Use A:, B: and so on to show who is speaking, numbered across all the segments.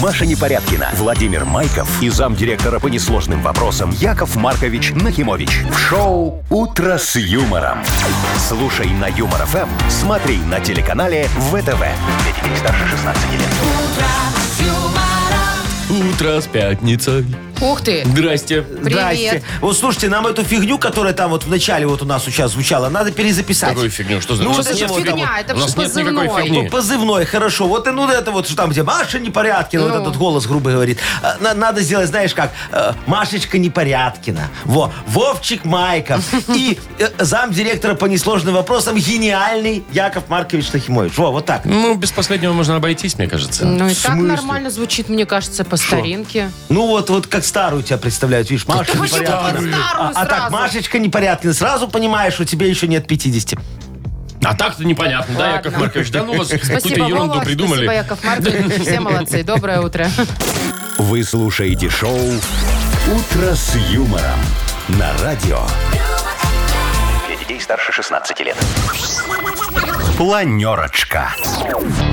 A: Маша Непорядкина, Владимир Майков и замдиректора по несложным вопросам Яков Маркович Нахимович. В шоу «Утро с юмором». Слушай на Юмор ФМ, смотри на телеканале ВТВ. Для детей старше 16 лет.
B: Утро с пятницей.
C: Ух ты!
B: Здрасте.
C: Привет.
D: Здрасте. Вот слушайте, нам эту фигню, которая там вот в начале вот у нас сейчас звучала, надо перезаписать.
B: Какую фигню? Что за
D: Ну,
B: что
D: это
B: за
D: же
B: слово
D: фигня,
B: там?
C: это
B: У нас
C: что
B: нет никакой
C: позывной?
B: фигни.
D: Позывной, хорошо. Вот и ну это вот что там, где Маша Непорядкина,
C: Ну.
D: вот этот голос грубо говорит. А, на- Надо сделать, знаешь как, э, Машечка Непорядкина, во, Вовчик Майков и э, замдиректора по несложным вопросам гениальный Яков Маркович Нахимович. Во, вот так.
B: Ну, без последнего можно обойтись, мне кажется.
C: Ну и
D: В
C: так
D: смысле?
C: нормально звучит, мне кажется, по старинке.
D: Ну вот, вот как старую тебя представляют, видишь, Маша
C: почему
D: Непорядкина.
C: под старую
D: А, а так,
C: сразу?
D: Машечка Непорядкина, сразу понимаешь, что тебе еще нет 50.
B: А так-то непонятно, да,
C: Ладно.
B: Яков Маркович? Да ну вас какую-то
C: Спасибо,
B: ерунду
C: Вова, спасибо,
B: придумали.
C: Яков Маркович. Все молодцы. Доброе утро.
A: Вы слушаете шоу «Утро с юмором» на радио. Для детей старше 16 лет. Планерочка.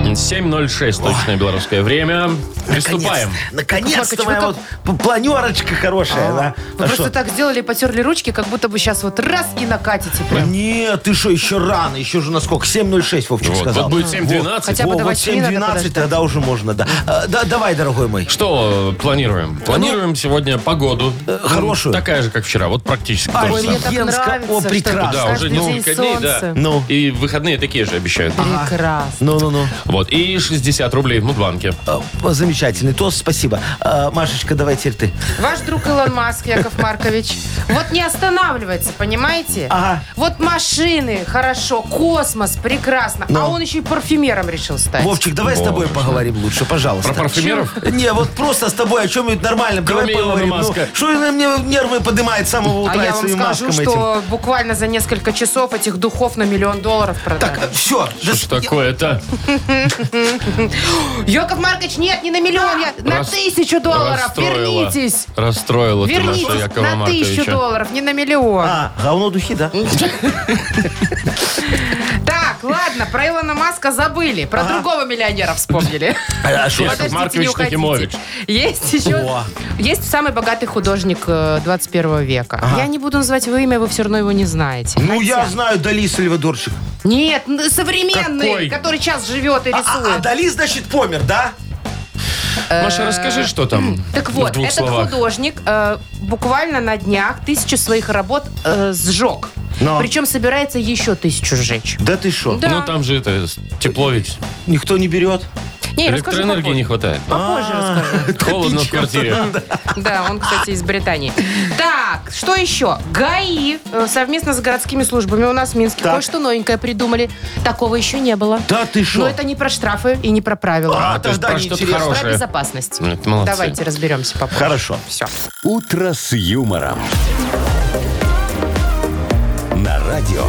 B: 7.06, точное белорусское время. Приступаем.
D: Наконец-то,
C: Яков Маркович, вы
D: моя
C: как-
D: вот п- планерочка хорошая, да?
B: ну
C: Вы
D: А
C: просто
D: что?
C: так сделали, потерли ручки, как будто бы сейчас вот раз и накатите прям.
D: Нет, ты что, еще рано, еще же на сколько? 7.06, Вовчик
B: Вот,
D: сказал.
B: вот будет 7.12.
C: Хотя бы
D: Во,
C: до
D: вот
C: 8 надо
D: 7.12,
C: подождать.
D: тогда уже можно, да. А, да. Давай, дорогой мой.
B: Что э,
C: Ну,
B: планируем? Планируем сегодня погоду.
C: э,
B: Ну,
D: хорошую.
B: Такая же, как вчера. Вот практически
D: Ай,
B: то же самое.
D: мне так Венска, о,
C: что
D: прекрасно.
B: Да,
C: каждый
B: уже несколько
C: день
B: дней, да.
C: солнце.
D: Ну.
B: И выходные такие же обещают.
C: Прекрасно.
D: Ну-ну-ну.
B: Вот, и 60 рублей в Мудбанке.
D: Ну, А, Замечательный тост, спасибо. А, Машечка, давай теперь ты.
C: Ваш друг Илон Маск, Яков Маркович, вот не останавливается, понимаете?
D: Ага.
C: Вот машины, хорошо, космос, прекрасно. А
D: Ну.
C: он еще и парфюмером решил стать.
D: Вовчик, давай с тобой
B: Боже.
D: поговорим лучше, пожалуйста.
B: Про парфюмеров?
D: Не, вот просто с тобой о чем-нибудь нормальном.
B: Кроме
D: давай
B: Илона
D: поговорим. Ну,
B: Маска.
D: что она мне нервы поднимает с самого утра
C: А я
D: и
C: вам
D: своим
C: скажу,
D: маском этим?
C: что буквально за несколько часов этих духов на миллион долларов продали.
D: Так, все.
B: Что такое-то?
C: Яков Маркович, нет, не на миллион, я- на
B: Рас-
C: тысячу долларов.
B: расстроила.
C: Вернитесь.
B: Расстроила ты
C: Вернитесь
B: наша Якова
C: на тысячу
B: Марковича.
C: долларов, не на миллион.
D: А, говно духи, да?
C: Так, ладно, про Илона Маска забыли, про другого миллионера вспомнили.
D: А шо?
B: Яков Маркович Нахимович.
C: Есть еще...
D: О.
C: Есть самый богатый художник э, 21 века. Я не буду называть его имя, вы все равно его не знаете.
D: Ну, я
C: Хотя-
D: знаю Дали Сальвадорчик.
C: Нет, н- современный,
B: Какой?
C: который сейчас живет и
D: А, а- а
C: рисует.
D: Дали, значит, помер, да?
B: Маша, расскажи, что там
C: Э, Так
B: в
C: вот,
B: двух
C: этот
B: словах.
C: художник э, буквально на днях тысячу своих работ э, сжег.
D: Но.
C: Причем собирается еще тысячу сжечь.
D: Да ты что?
C: Да.
B: Ну, там же это, тепло ведь.
D: Никто не берет?
C: Не, расскажу
B: Электроэнергии
C: попозже.
B: не хватает. А,
C: Попозже расскажу.
B: Холодно в квартире.
C: Да, он, кстати, из Британии. Так, что еще? ГАИ э, совместно с городскими службами у нас в Минске
D: Так.
C: кое-что новенькое придумали. Такого еще не было.
D: Да ты
C: Но
D: что?
C: Ну, это не про штрафы и не про правила.
B: А, то есть
D: тогда
B: про
D: не
B: что-то
D: интересно.
C: Про
B: хорошее.
C: безопасность.
B: Ну, это молодцы.
C: Давайте разберемся попозже.
D: Хорошо.
C: Все.
A: «Утро с юмором». На радио.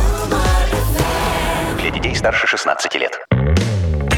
E: Для детей старше 16 лет.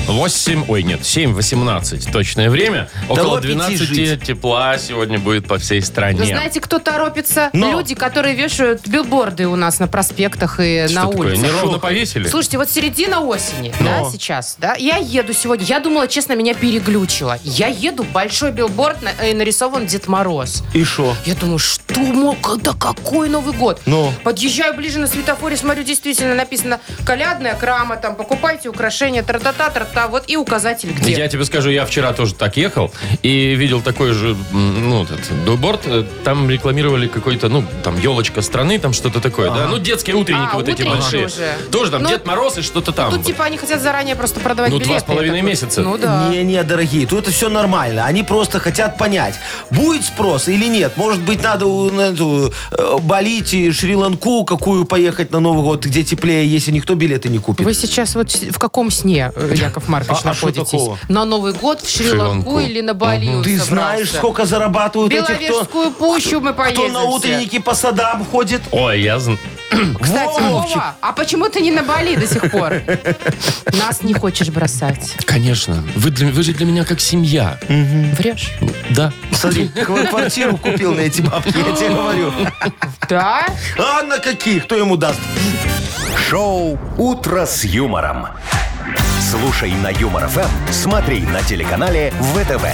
B: 8, ой, нет, 7.18 точное время. Около
D: вот идти
B: 12
D: жить.
B: тепла сегодня будет по всей
C: Вы
B: стране.
C: знаете, кто торопится?
D: Но.
C: Люди, которые вешают билборды у нас на проспектах и
B: Что
C: на
B: такое,
C: улицах.
B: неровно повесили?
C: Слушайте, вот середина осени, да, сейчас, да, я еду сегодня, я думала, честно, меня переглючило. Я еду, большой билборд, на- э, нарисован Дед Мороз.
D: И что?
C: Я думаю, что мог, да какой Новый год?
D: Ну?
C: Подъезжаю ближе на светофоре, смотрю, действительно написано «Колядная крама», там, «Покупайте украшения», тра-та-та, тра-та, вот и указатель где.
B: Я тебе скажу, я вчера тоже так ехал и видел такой же, м, ну, этот билборд. Э, Там рекламировали какой-то, ну, там, елочка страны, там что-то такое, да? Ну, детские утренники
C: А,
B: вот эти
C: утренники
B: большие.
C: уже.
B: Тоже там
C: Ну,
B: Дед Мороз и что-то там.
C: Тут
B: вот.
C: типа они хотят заранее просто продавать
B: Ну, два
C: билеты.
B: с половиной
C: Я такой,
B: месяца.
C: Ну да.
D: Не-не, дорогие, тут это все нормально. Они просто хотят понять, будет спрос или нет. Может быть, надо у- на эту, э, Балить и Шри-Ланку, какую поехать на Новый год, где теплее, если никто билеты не купит.
C: Вы сейчас вот с- в каком сне, э, Яков Маркович,
D: А- а что
C: находитесь?
D: такого?
C: на Новый год в Шри-Ланку
B: Шри-Ланку.
C: или на Бали? он
D: Ты
C: собрался?
D: знаешь, сколько зарабатывают эти, кто,
C: Беловежскую пущу мы поедем
D: кто на
C: все.
D: утренники по садам ходит?
B: Ой, я знаю.
C: Кстати,
D: Во, Вовчик.
C: Вова, а почему ты не на Бали до сих пор? Нас не хочешь бросать.
B: Конечно. Вы, для- вы же для меня как семья.
C: Врешь?
B: Да.
D: Смотри, квартиру купил на эти бабки, я тебе говорю.
C: Да?
D: А на какие? Кто ему даст?
A: Шоу «Утро с юмором». Слушай на Юмор ФМ, смотри на телеканале ВТВ.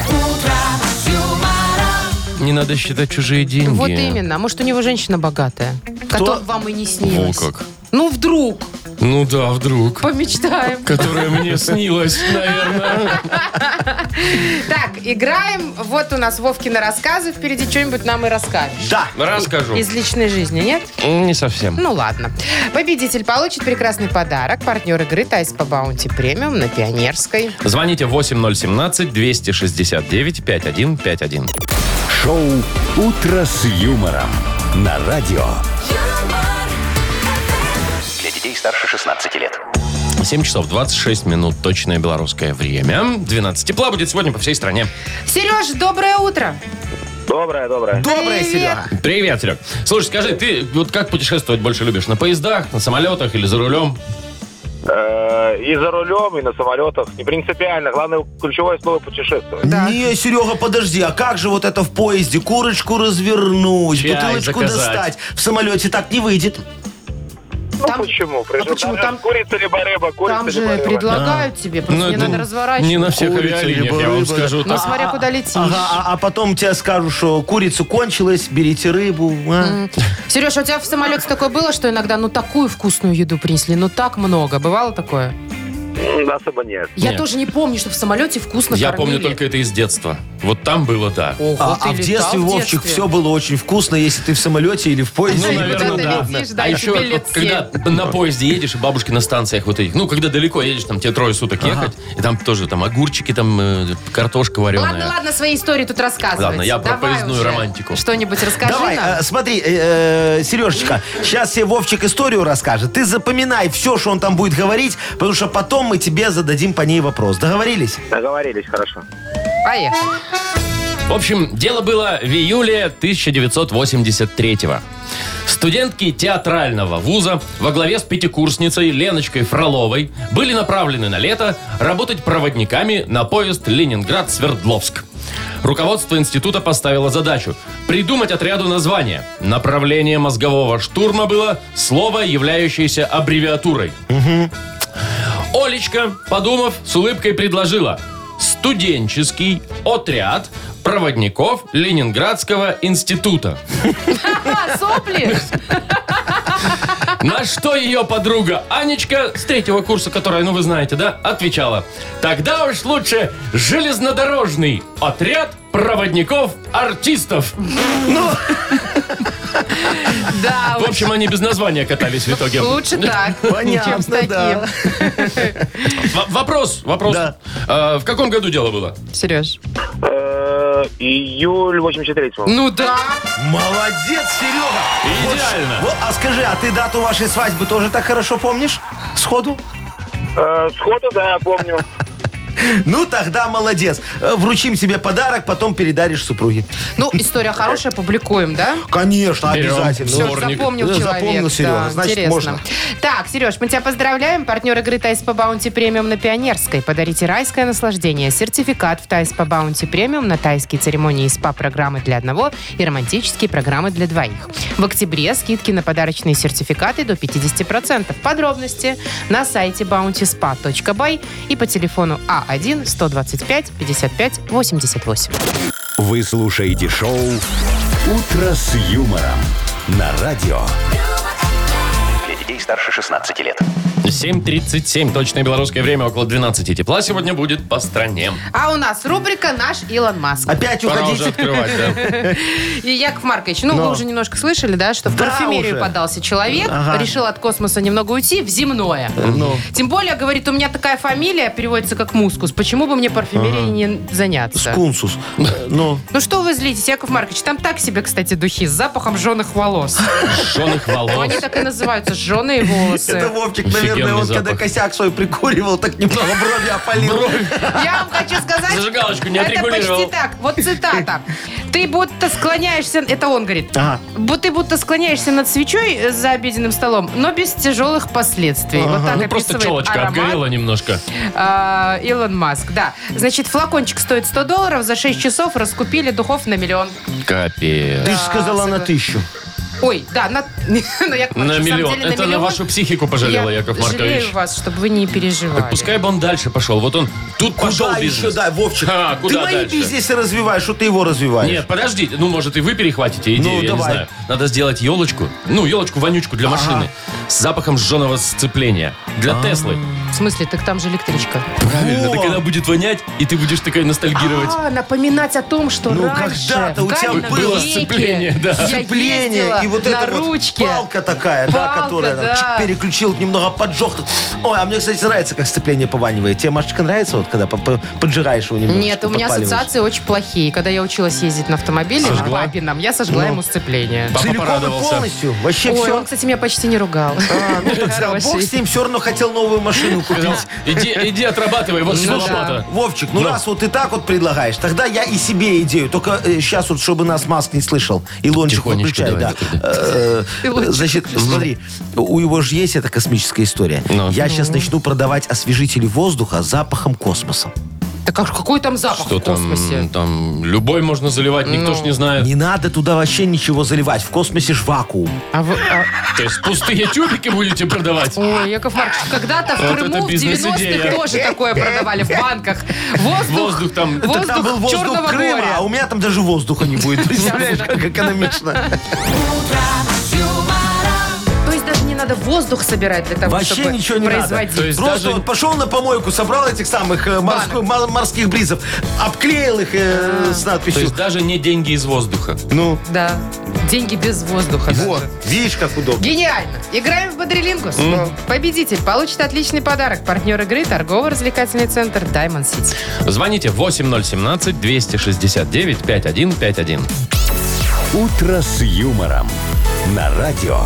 B: Не надо считать чужие деньги.
C: Вот именно. Может, у него женщина богатая, которая вам и не снилась.
B: Во как.
C: Ну, вдруг.
B: Ну да, вдруг.
C: Помечтаем.
B: Которая мне снилась, наверное.
C: Так, играем. Вот у нас Вовкины рассказы. Впереди что-нибудь нам и расскажешь.
D: Да.
B: Расскажу.
C: Из личной жизни, нет?
B: Не совсем.
C: Ну ладно. Победитель получит прекрасный подарок. Партнер игры Тайс по Баунти Премиум на Пионерской.
B: Звоните 8017-269-5151.
A: Шоу «Утро с юмором» на радио.
E: Для детей старше 16 лет.
B: 7 часов 26 минут, точное белорусское время. 12 тепла будет сегодня по всей стране.
C: Сереж, доброе утро.
F: Доброе, доброе.
D: Доброе,
C: Привет.
D: Серега.
B: Привет, Серег. Слушай, скажи, ты вот как путешествовать больше любишь? На поездах, на самолетах или за рулем?
F: Э, И за рулем, и на самолетах. Не принципиально. Главное, ключевое слово путешествовать.
C: Да.
D: Не, Серега, подожди, а как же вот это в поезде? Курочку развернуть,
B: Чай
D: бутылочку
B: заказать.
D: достать. В самолете так не выйдет.
F: Ну
C: Там- а
F: почему? Причем
C: почему
F: же
C: там-
F: курица либо рыба, курица
C: Там же
F: либо рыба.
C: предлагают тебе, просто не
B: Ну, это
C: надо разворачивать.
B: Не на всех
D: Курица,
B: авиалиниях,
D: либо
B: я вам
D: рыба,
B: скажу.
C: Ну,
B: так.
C: смотря куда летишь.
D: Ага, а, а потом тебе скажут, что курица кончилась, берите рыбу. а.
C: Сереж, а у тебя в самолете такое было, что иногда ну такую вкусную еду принесли, ну так много. Бывало такое?
F: М, Да, особо нет.
C: Я
B: Нет.
C: тоже не помню, что в самолете вкусно
B: Я
C: кормили.
B: помню
C: Ну,
B: только это из детства. Вот там было, да.
C: Ого,
D: А,
C: ты
D: а в
C: летал
D: детстве, Вовчик,
C: детстве?
D: все было очень вкусно, если ты в самолете или в поезде.
B: Ну,
C: Ой, вот
B: наверное,
C: это
B: да.
C: видишь, да,
B: а
C: и
B: еще,
C: тебе
B: вот
C: лет
B: когда на поезде едешь, и бабушки на станциях вот этих, ну, когда далеко едешь, там тебе трое суток ехать, и там тоже там огурчики, там э, картошка вареная.
C: Ладно, ладно, свои истории тут рассказывать.
B: Ладно, я про
C: Давай
B: поездную
C: уже
B: романтику.
C: Что-нибудь расскажи
D: Давай,
C: нам.
D: э, смотри, Сережечка, сейчас тебе Вовчик историю расскажет. Ты запоминай все, что он там будет говорить, потому что потом мы тебе зададим по ней вопрос. Договорились?
F: Договорились, хорошо.
C: Поехали.
B: В общем, дело было в июле 1983-го. Студентки театрального вуза во главе с пятикурсницей Леночкой Фроловой были направлены на лето работать проводниками на поезд Ленинград-Свердловск. Руководство института поставило задачу придумать отряду название. Направление мозгового штурма было слово, являющееся аббревиатурой. Олечка, подумав, с улыбкой предложила студенческий отряд проводников Ленинградского института.
C: А, сопли?
B: На что ее подруга Анечка с третьего курса, которая, ну вы знаете, да, отвечала. Тогда уж лучше железнодорожный отряд проводников артистов.
C: Да,
B: В общем, они без названия катались в итоге.
C: лучше так, чем с
D: Понятно, да.
C: таким.
B: В- Вопрос, вопрос.
D: Да.
B: Э, в каком году дело было?
C: Сереж.
F: Э, Июль 83-го.
C: Ну да.
D: Молодец, Серега! Вот ж-
B: Идеально.
D: вот, а скажи, а ты дату вашей свадьбы тоже так хорошо помнишь? Сходу?
F: Э, Сходу, да, я помню.
D: Ну, тогда молодец. Э, Вручим себе подарок, потом передаришь супруге.
C: Ну, история хорошая, публикуем, да?
D: Конечно,
B: Берем.
D: обязательно.
B: Всё,
D: Ну,
C: Всё,
B: Дворник.
C: запомнил
D: Да,
C: человек.
D: запомнил, Серёга,
C: да,
D: значит,
C: интересно.
D: можно.
C: Так, Сереж, мы тебя поздравляем. Партнер игры Тайс по Баунти Премиум на Пионерской. Подарите райское наслаждение. Сертификат в Тайс по Баунти Премиум на тайские церемонии и СПА-программы для одного и романтические программы для двоих. В октябре скидки на подарочные сертификаты до 50%. Подробности на сайте bountyspa.by и по телефону А А1-125-55-88.
A: Вы слушаете шоу «Утро с юмором» на радио.
E: Для детей старше 16 лет.
B: 7.37, точное белорусское время, около 12 тепла сегодня будет по стране.
C: А у нас рубрика «Наш Илон Маск».
D: Опять
B: Пора уже
D: уходите.
B: открывать, да.
C: И Яков Маркович, ну
D: Но.
C: вы уже немножко слышали, да, что в
D: Да
C: парфюмерию
D: уже.
C: подался человек,
D: Ага. Э, ну.
C: решил от космоса немного уйти в земное. Тем более, говорит, у меня такая фамилия переводится как мускус. Почему бы мне парфюмерией не заняться?
D: Скунсус. Э, Ну,
C: Ну что вы злитесь, Яков Маркович? Там так себе, кстати, духи с запахом жженых волос.
B: Жженых
C: Ну,
B: волос.
C: Они так и называются, жженые волосы.
D: это Вовчик,
B: Офигенный
D: наверное, он когда
B: запах.
D: косяк свой прикуривал, так немного брови опалил.
C: Я вам хочу сказать...
B: Зажигалочку не
C: Это почти
B: отрегулировал.
C: так. Вот цитата. Ты будто склоняешься... Это он говорит.
D: Ага.
C: Бу- Ты будто склоняешься над свечой э, за обеденным столом, но без тяжелых последствий. Вот так
B: Ну, просто
C: описывает
B: челочка
C: аромат,
B: обгорела немножко.
C: а, Илон Маск, да. Значит, флакончик стоит 100 долларов, за 6 часов раскупили духов на миллион.
B: Капец.
D: Ты же сказала на тысячу.
C: Ой, да, на, на, Яков
B: На
C: Маркович, самом
B: миллион.
C: деле,
B: Это на
C: миллион.
B: вашу психику пожалела,
C: Я
B: Яков Маркович.
C: жалею вас, чтобы вы не переживали.
B: Так пускай бы он дальше пошел. Вот он тут пошел
D: Куда еще,
B: бизнес.
D: да, Вовчик?
B: Ха,
D: ты
B: куда
D: мои
B: дальше?
D: бизнесы развиваешь, что ты его развиваешь?
B: Нет, подождите. Ну, может, и вы перехватите идею,
D: Ну,
B: я
D: давай.
B: не знаю. Надо сделать елочку. Ну, елочку-вонючку для машины. С запахом сжженного сцепления.
C: А.
B: Для Теслы.
C: В смысле, так там же электричка.
B: Правильно. Так она будет вонять, и ты будешь такая ностальгировать.
C: А, напоминать о том, что
D: Ну,
C: раньше,
D: когда-то
C: в
D: у тебя
C: каменном
D: было
C: веке
B: сцепление, да.
C: Я
D: Сцепление
C: ездила
D: и вот
C: на
D: эта
C: ручке.
D: вот палка такая, да,
C: Палка,
D: которая там
C: да.
D: чик, переключил, немного поджег. так. Ой, а мне, кстати, нравится, как сцепление пованивает. Тебе, Машечка, нравится, вот когда по- по- поджираешь его немного?
C: Нет, у меня ассоциации очень плохие. Когда я училась ездить на автомобиле, на
B: Сожгла?
C: папином, я сожгла ему сцепление.
B: Папа
D: Целиком Ну. и
B: порадовался.
D: полностью? Вообще
C: Ой,
D: все?
C: он, кстати, меня почти не ругал.
D: Ну, так сказал, Бог с ним, все равно хотел новую машину купить.
B: Сказал, Иди, иди отрабатывай, вот
C: Ну да.
B: лопата.
D: Вовчик, ну
B: Ну.
D: раз вот ты так вот предлагаешь, тогда я и себе идею. Только сейчас вот, чтобы нас Маск не слышал. Илончик
B: Тихонечко
D: выключай, да.
B: давай,
D: Э, э,
C: Илончик.
D: Значит, смотри, у его же есть эта космическая история.
B: Ну.
D: Я сейчас начну продавать освежители воздуха с запахом космоса.
C: Так а какой там запах
B: Что
C: в космосе?
B: там, там любой можно заливать, никто
C: Ну,
B: ж не знает.
D: Не надо туда вообще ничего заливать. В космосе ж вакуум.
C: А вы- а-
B: То есть пустые тюбики будете продавать?
C: Ой, Яков Маркович,
D: А
C: когда-то в
B: Вот
C: Крыму
B: это
C: в
B: бизнес-идея.
C: 90-х тоже такое продавали в банках. Воздух,
B: Воздух там.
C: воздух
D: Так там был воздух
C: Черного
D: Крыма,
C: моря.
D: а у меня там даже воздуха не будет. Представляешь,
C: Ясно.
D: как экономично.
C: То есть даже не надо воздух собирать для того,
D: Вообще
C: чтобы
D: ничего не надо.
C: производить.
B: То есть
D: Просто
B: даже-
D: вот пошел на помойку, собрал этих самых э, морской- ма- морских бризов, обклеил их э,
C: А.
D: с
B: То
D: надписью.
B: есть даже не деньги из воздуха.
D: Ну,
C: Да. Деньги без воздуха.
D: вот,
C: даже.
D: видишь, как удобно.
C: Гениально! Играем в Бодрилингус. Победитель получит отличный подарок. Партнер игры торгово-развлекательный центр Diamond City.
B: Звоните 8017-269-5151.
A: «Утро с юмором» на радио.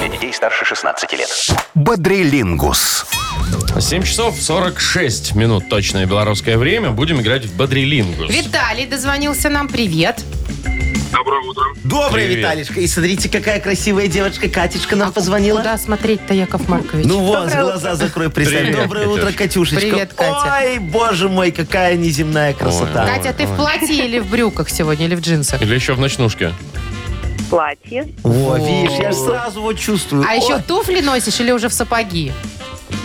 E: Для детей старше 16 лет.
A: Бодрилингус.
B: 7 часов 46 минут точное белорусское время. Будем играть в Бодрилингус.
C: Виталий дозвонился нам. Привет.
F: Доброе утро.
D: Добрый,
B: Привет.
D: Виталишка. И смотрите, какая красивая девочка Катечка нам позвонила.
C: А Куда смотреть-то, Яков Маркович?
D: Ну вот, глаза закрой, представь.
B: Привет,
D: Доброе утро,
B: Катюш.
D: Катюшечка.
C: Привет, Катя.
D: Ой, боже мой, какая неземная красота.
C: Катя, ты в платье или в брюках сегодня, или в джинсах? А
B: Или еще в ночнушке.
G: Платье.
D: О, видишь, я ж сразу вот чувствую.
C: А
D: Ой,
C: еще туфли носишь или уже в сапоги?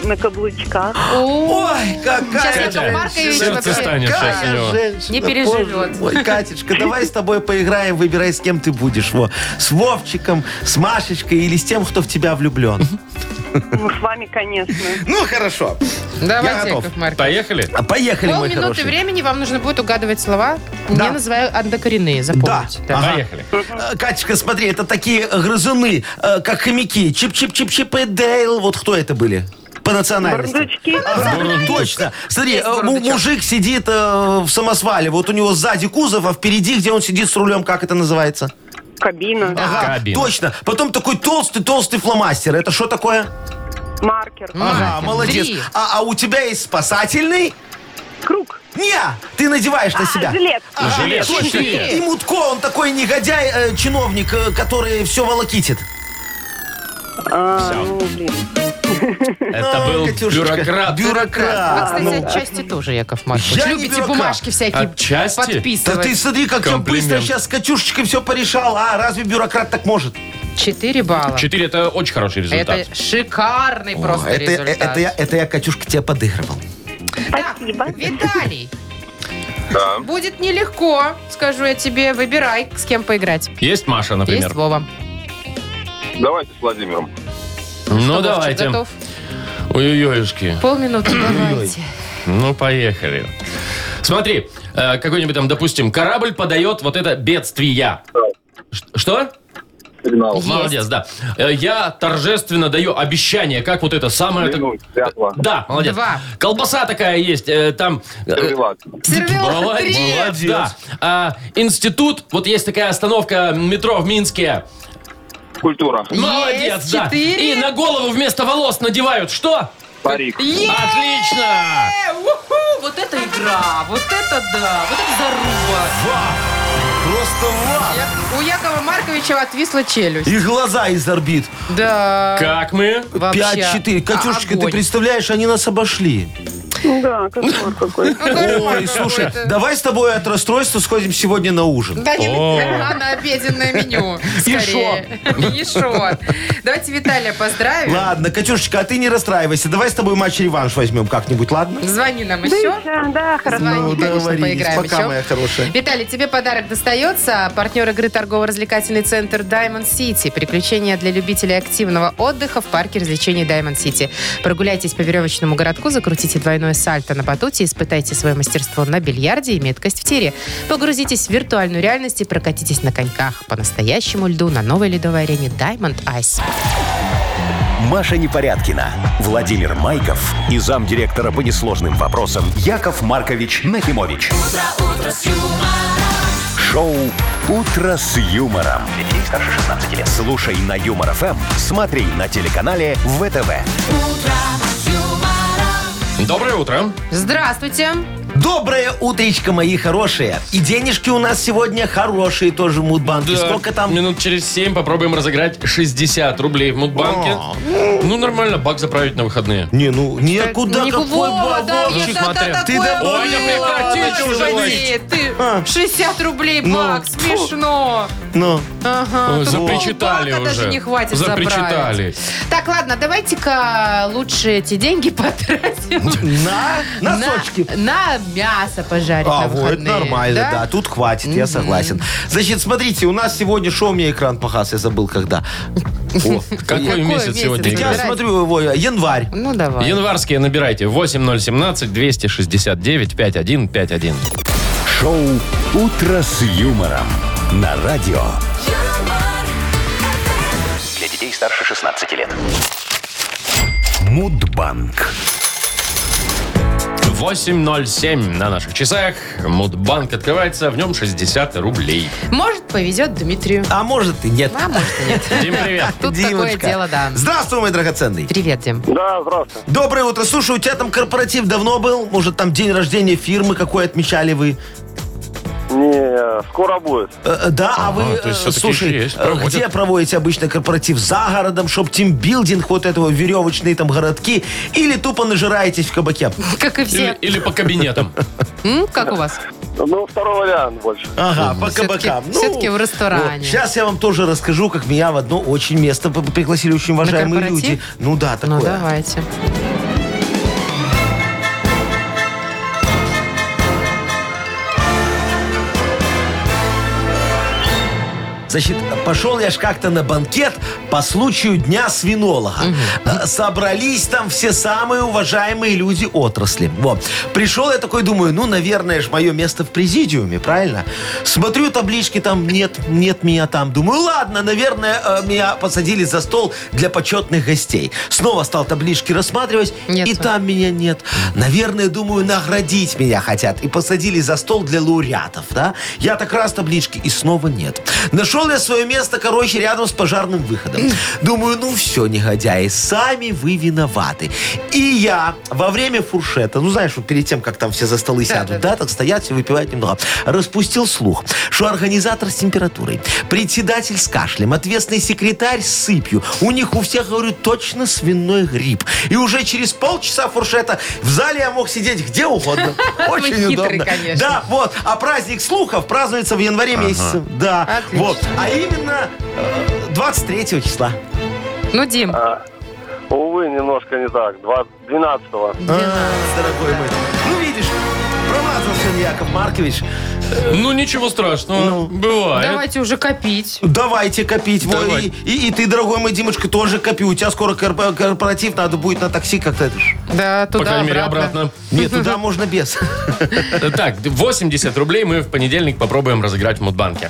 G: На каблучках.
C: О,
D: Ой, какая
C: Сейчас Яков
D: женщина.
C: Маркович
B: сердце
C: вообще-
B: станет сейчас у
D: Какая
B: него.
D: женщина,
C: Не переживет.
D: боже мой. Катечка, давай с тобой поиграем, выбирай, с кем ты будешь. Во. С Вовчиком, с Машечкой или с тем, кто в тебя влюблен.
G: Ну, с вами, конечно.
D: Ну, хорошо. Я
C: Давайте,
D: готов.
C: Яков Маркович.
B: Поехали?
D: А Поехали, мой
C: Полминуты
D: хороший.
C: времени вам нужно будет угадывать слова.
D: Да.
C: Я называю однокоренные, запомните.
D: Да. Ага.
B: Поехали.
D: Э, Катечка, смотри, это такие грызуны, э, как хомяки. Чип-чип-чип-чип и Дейл. Вот кто это были? По национальности.
G: Бардучки.
D: Ага, точно. Смотри,
C: Есть
D: э, му-
C: бурдучок.
D: мужик сидит э, в самосвале. Вот у него сзади кузов, а впереди, где он сидит с рулем, как это называется?
G: Кабина.
D: Ага,
B: Кабина.
D: точно. Потом такой толстый-толстый фломастер. Это что такое?
G: Маркер.
D: Ага, молодец.
C: Три.
D: А, а у тебя есть спасательный?
G: Круг.
D: Не, ты надеваешь на себя.
G: жилет.
D: Ага,
B: Жилет,
D: точно.
B: четыре.
D: И Мутко, он такой негодяй, э, чиновник, э, который все волокитит.
G: А, ну, блин.
B: Это
D: А,
B: был
D: Катюшечка,
B: бюрократ.
C: Вы,
D: Бюрократ.
C: А, кстати,
D: Ну,
C: отчасти тоже, Яков Маркович.
D: Я не
C: Любите
D: бюрократ.
C: бумажки всякие
B: Отчасти?
D: да
C: подписывать.
D: ты смотри, как я быстро
B: Комплимент.
D: сейчас с Катюшечкой все порешал. А разве бюрократ так может?
C: Четыре балла.
B: Четыре – это очень хороший результат.
C: А Это шикарный просто
D: это,
C: результат.
D: это, я, это я, Катюшка, тебе подыгрывал.
G: Спасибо.
C: Виталий. Будет нелегко, скажу я тебе. Выбирай, с кем поиграть.
B: Есть Маша, например.
C: Есть Вова.
F: Давайте с Владимиром.
B: Ну,
C: Вовчик,
B: давайте.
C: Готов?
B: Ой-ой-ой.
C: Полминуты, давайте.
B: Ну, поехали. Смотри, э, какой-нибудь там, допустим, корабль подает вот это бедствие. Ш- Что?
F: Сигнал.
C: Есть.
B: Молодец, да. Э, Я торжественно даю обещание, как вот это самое... так-
F: Клянусь, клятва.
B: Да, молодец.
C: Два.
B: Колбаса такая есть, э, там... э,
F: Сервелат.
C: Сервелат,
B: молодец,
C: три.
B: да. А, институт, вот есть такая остановка метро в Минске.
F: Культура.
B: Молодец, да.
C: четыре.
B: И на голову вместо волос надевают что?
F: Парик.
C: Е,
B: Отлично!
C: уху, Вот это игра, вот это да, вот это здорово.
D: Просто ва!
C: Я- У Якова Марковича отвисла челюсть.
D: И глаза из орбит.
C: Да.
B: Как мы?
C: Вообще.
D: Пять-четыре. Катюшечка,
C: Огонь.
D: ты представляешь, они нас обошли.
G: Ну Да, кошмар какой.
D: Ой, слушай, давай с тобой от расстройства сходим сегодня на ужин.
C: Да не
B: О.
C: а на обеденное меню. Скорее. И шот. Давайте Виталия поздравим.
D: Ладно, Катюшечка, а ты не расстраивайся. Давай с тобой матч-реванш возьмем как-нибудь, ладно?
C: Звони нам
G: Да,
C: еще.
G: еще, Да, хорошо.
C: Звони,
D: Ну,
C: конечно,
D: договорились.
C: поиграем
D: Пока,
C: еще.
D: моя хорошая.
C: Виталий, тебе подарок достается. Партнер игры торгово-развлекательный центр Diamond City. Приключения для любителей активного отдыха в парке развлечений Diamond City. Прогуляйтесь по веревочному городку, закрутите двойное сальто на батуте, испытайте свое мастерство на бильярде и меткость в тире. Погрузитесь в виртуальную реальность и прокатитесь на коньках по настоящему льду на новой ледовой арене Diamond Ice.
A: Маша Непорядкина, Владимир Майков и замдиректора по несложным вопросам Яков Маркович Нахимович. Шоу Утро с юмором. Для детей старше 16 лет. Слушай на юмор ФМ, смотри на телеканале ВТВ.
B: Доброе утро.
C: Здравствуйте.
D: Доброе утречко, мои хорошие. И денежки у нас сегодня хорошие тоже в Мудбанке.
B: Да,
D: Сколько там?
B: Минут через 7 попробуем разыграть 60 рублей в Мудбанке. Ну, нормально, бак заправить на выходные.
D: Не, ну, некуда
C: Нику-
D: какой
C: Во, да,
D: бабок.
C: я
B: Вовчик,
C: тогда
B: смотри.
C: такое
D: Ты довольна?
B: Оля,
C: было.
B: прекратите
C: Подожди,
B: уже ловить.
C: Ты
D: А.
C: 60 рублей
D: Ну.
C: бак, смешно.
D: Ну,
C: Ага,
B: Ой,
C: так
B: запричитали
C: полбака А, даже
B: уже.
C: не хватит
B: Запричитали.
C: заправить. Так, ладно, давайте-ка лучше эти деньги потратим
D: на Ну, носочки.
C: на мясо пожарить на
D: А, вот, это
C: выходные.
D: нормально, да?
C: да?
D: Тут хватит, я согласен. Значит, смотрите, у нас сегодня шоу, мне экран погас, я забыл, когда. О,
B: Какой
C: Какой
B: месяц
C: месяц?
B: сегодня?
D: я
B: Игорь?
C: Выбирайте.
D: смотрю его, э, январь.
C: Ну, давай.
B: Январские набирайте 8017 269 5151.
A: Шоу Утро с юмором на радио.
E: Для детей старше 16 лет.
A: Мудбанк.
B: 8.07 на наших часах. Мудбанк открывается, в нем 60 рублей.
C: Может, повезет Дмитрию.
D: А может и нет.
C: А может, и нет.
B: Дим, привет.
C: Тут такое
D: Димочка.
C: дело, да.
D: Здравствуй, мой драгоценный.
C: Привет, Дим.
F: Да, здравствуйте.
D: Доброе утро. Слушай, у тебя там корпоратив давно был? Может, там день рождения фирмы какой отмечали вы?
F: Не, скоро будет.
D: Э, э, да, а вы,
B: то есть
D: э,
B: всё-таки
D: слушай,
B: есть,
D: э,
B: проводят.
D: где проводите обычно корпоратив? За городом, чтоб тимбилдинг, вот этого веревочные там городки, или тупо нажираетесь в кабаке?
C: Как и
B: Или,
C: все.
B: или по кабинетам.
C: М, Как у вас?
F: Ну, второй вариант больше.
D: Ага, по
C: Всё-таки-
D: кабакам. Ну,
C: всё-таки в ресторане.
D: Сейчас я вам тоже расскажу, как меня в одно очень место п- пригласили очень уважаемые
C: корпоратив?
D: люди. Ну да, такое.
C: Ну, давайте.
D: Значит, пошел я ж как-то на банкет по случаю Дня свинолога. Э, Собрались там все самые уважаемые люди отрасли. Вот. Пришел я такой, думаю, ну, наверное, ж мое место в президиуме, правильно? Смотрю таблички, там нет, нет меня там. Думаю, ладно, наверное, э, меня посадили за стол для почетных гостей. Снова стал таблички рассматривать,
C: Нет.
D: и там меня нет. Наверное, думаю, наградить меня хотят. И посадили за стол для лауреатов, да? Я так раз таблички, и снова нет. Нашел я свое место, короче, рядом с пожарным выходом. Думаю, ну все, негодяи, сами вы виноваты. И я во время фуршета, ну знаешь, вот перед тем, как там все за столы сядут, да, так стоят все, выпивают немного, распустил слух, что организатор с температурой, председатель с кашлем, ответственный секретарь с сыпью. У них у всех, говорю, точно свиной грипп. И уже через полчаса фуршета в зале я мог сидеть где угодно. Очень
C: хитрый,
D: удобно.
C: конечно.
D: Да, вот. А праздник слухов празднуется в январе месяце. Да,
C: Отлично.
D: вот. А именно э, 23 числа.
C: Ну, Дим,
F: А, увы, немножко не так. Два- 12-го.
D: А, Дорогой мой. Ну, видишь, промазался мне Яков Маркович.
B: Ну, ничего
C: Ну.
B: страшного. Бывает.
C: давайте уже копить.
D: Давайте копить. Во,
B: Давай.
D: и, и- и ты, дорогой мой Димочка, тоже копи. У тебя скоро корпо- корпоратив, надо будет на такси как-то.
C: Да, туда,
B: По крайней мере, обратно.
D: Нет, туда можно без.
B: Так, 80 рублей мы в понедельник попробуем разыграть в Мудбанке.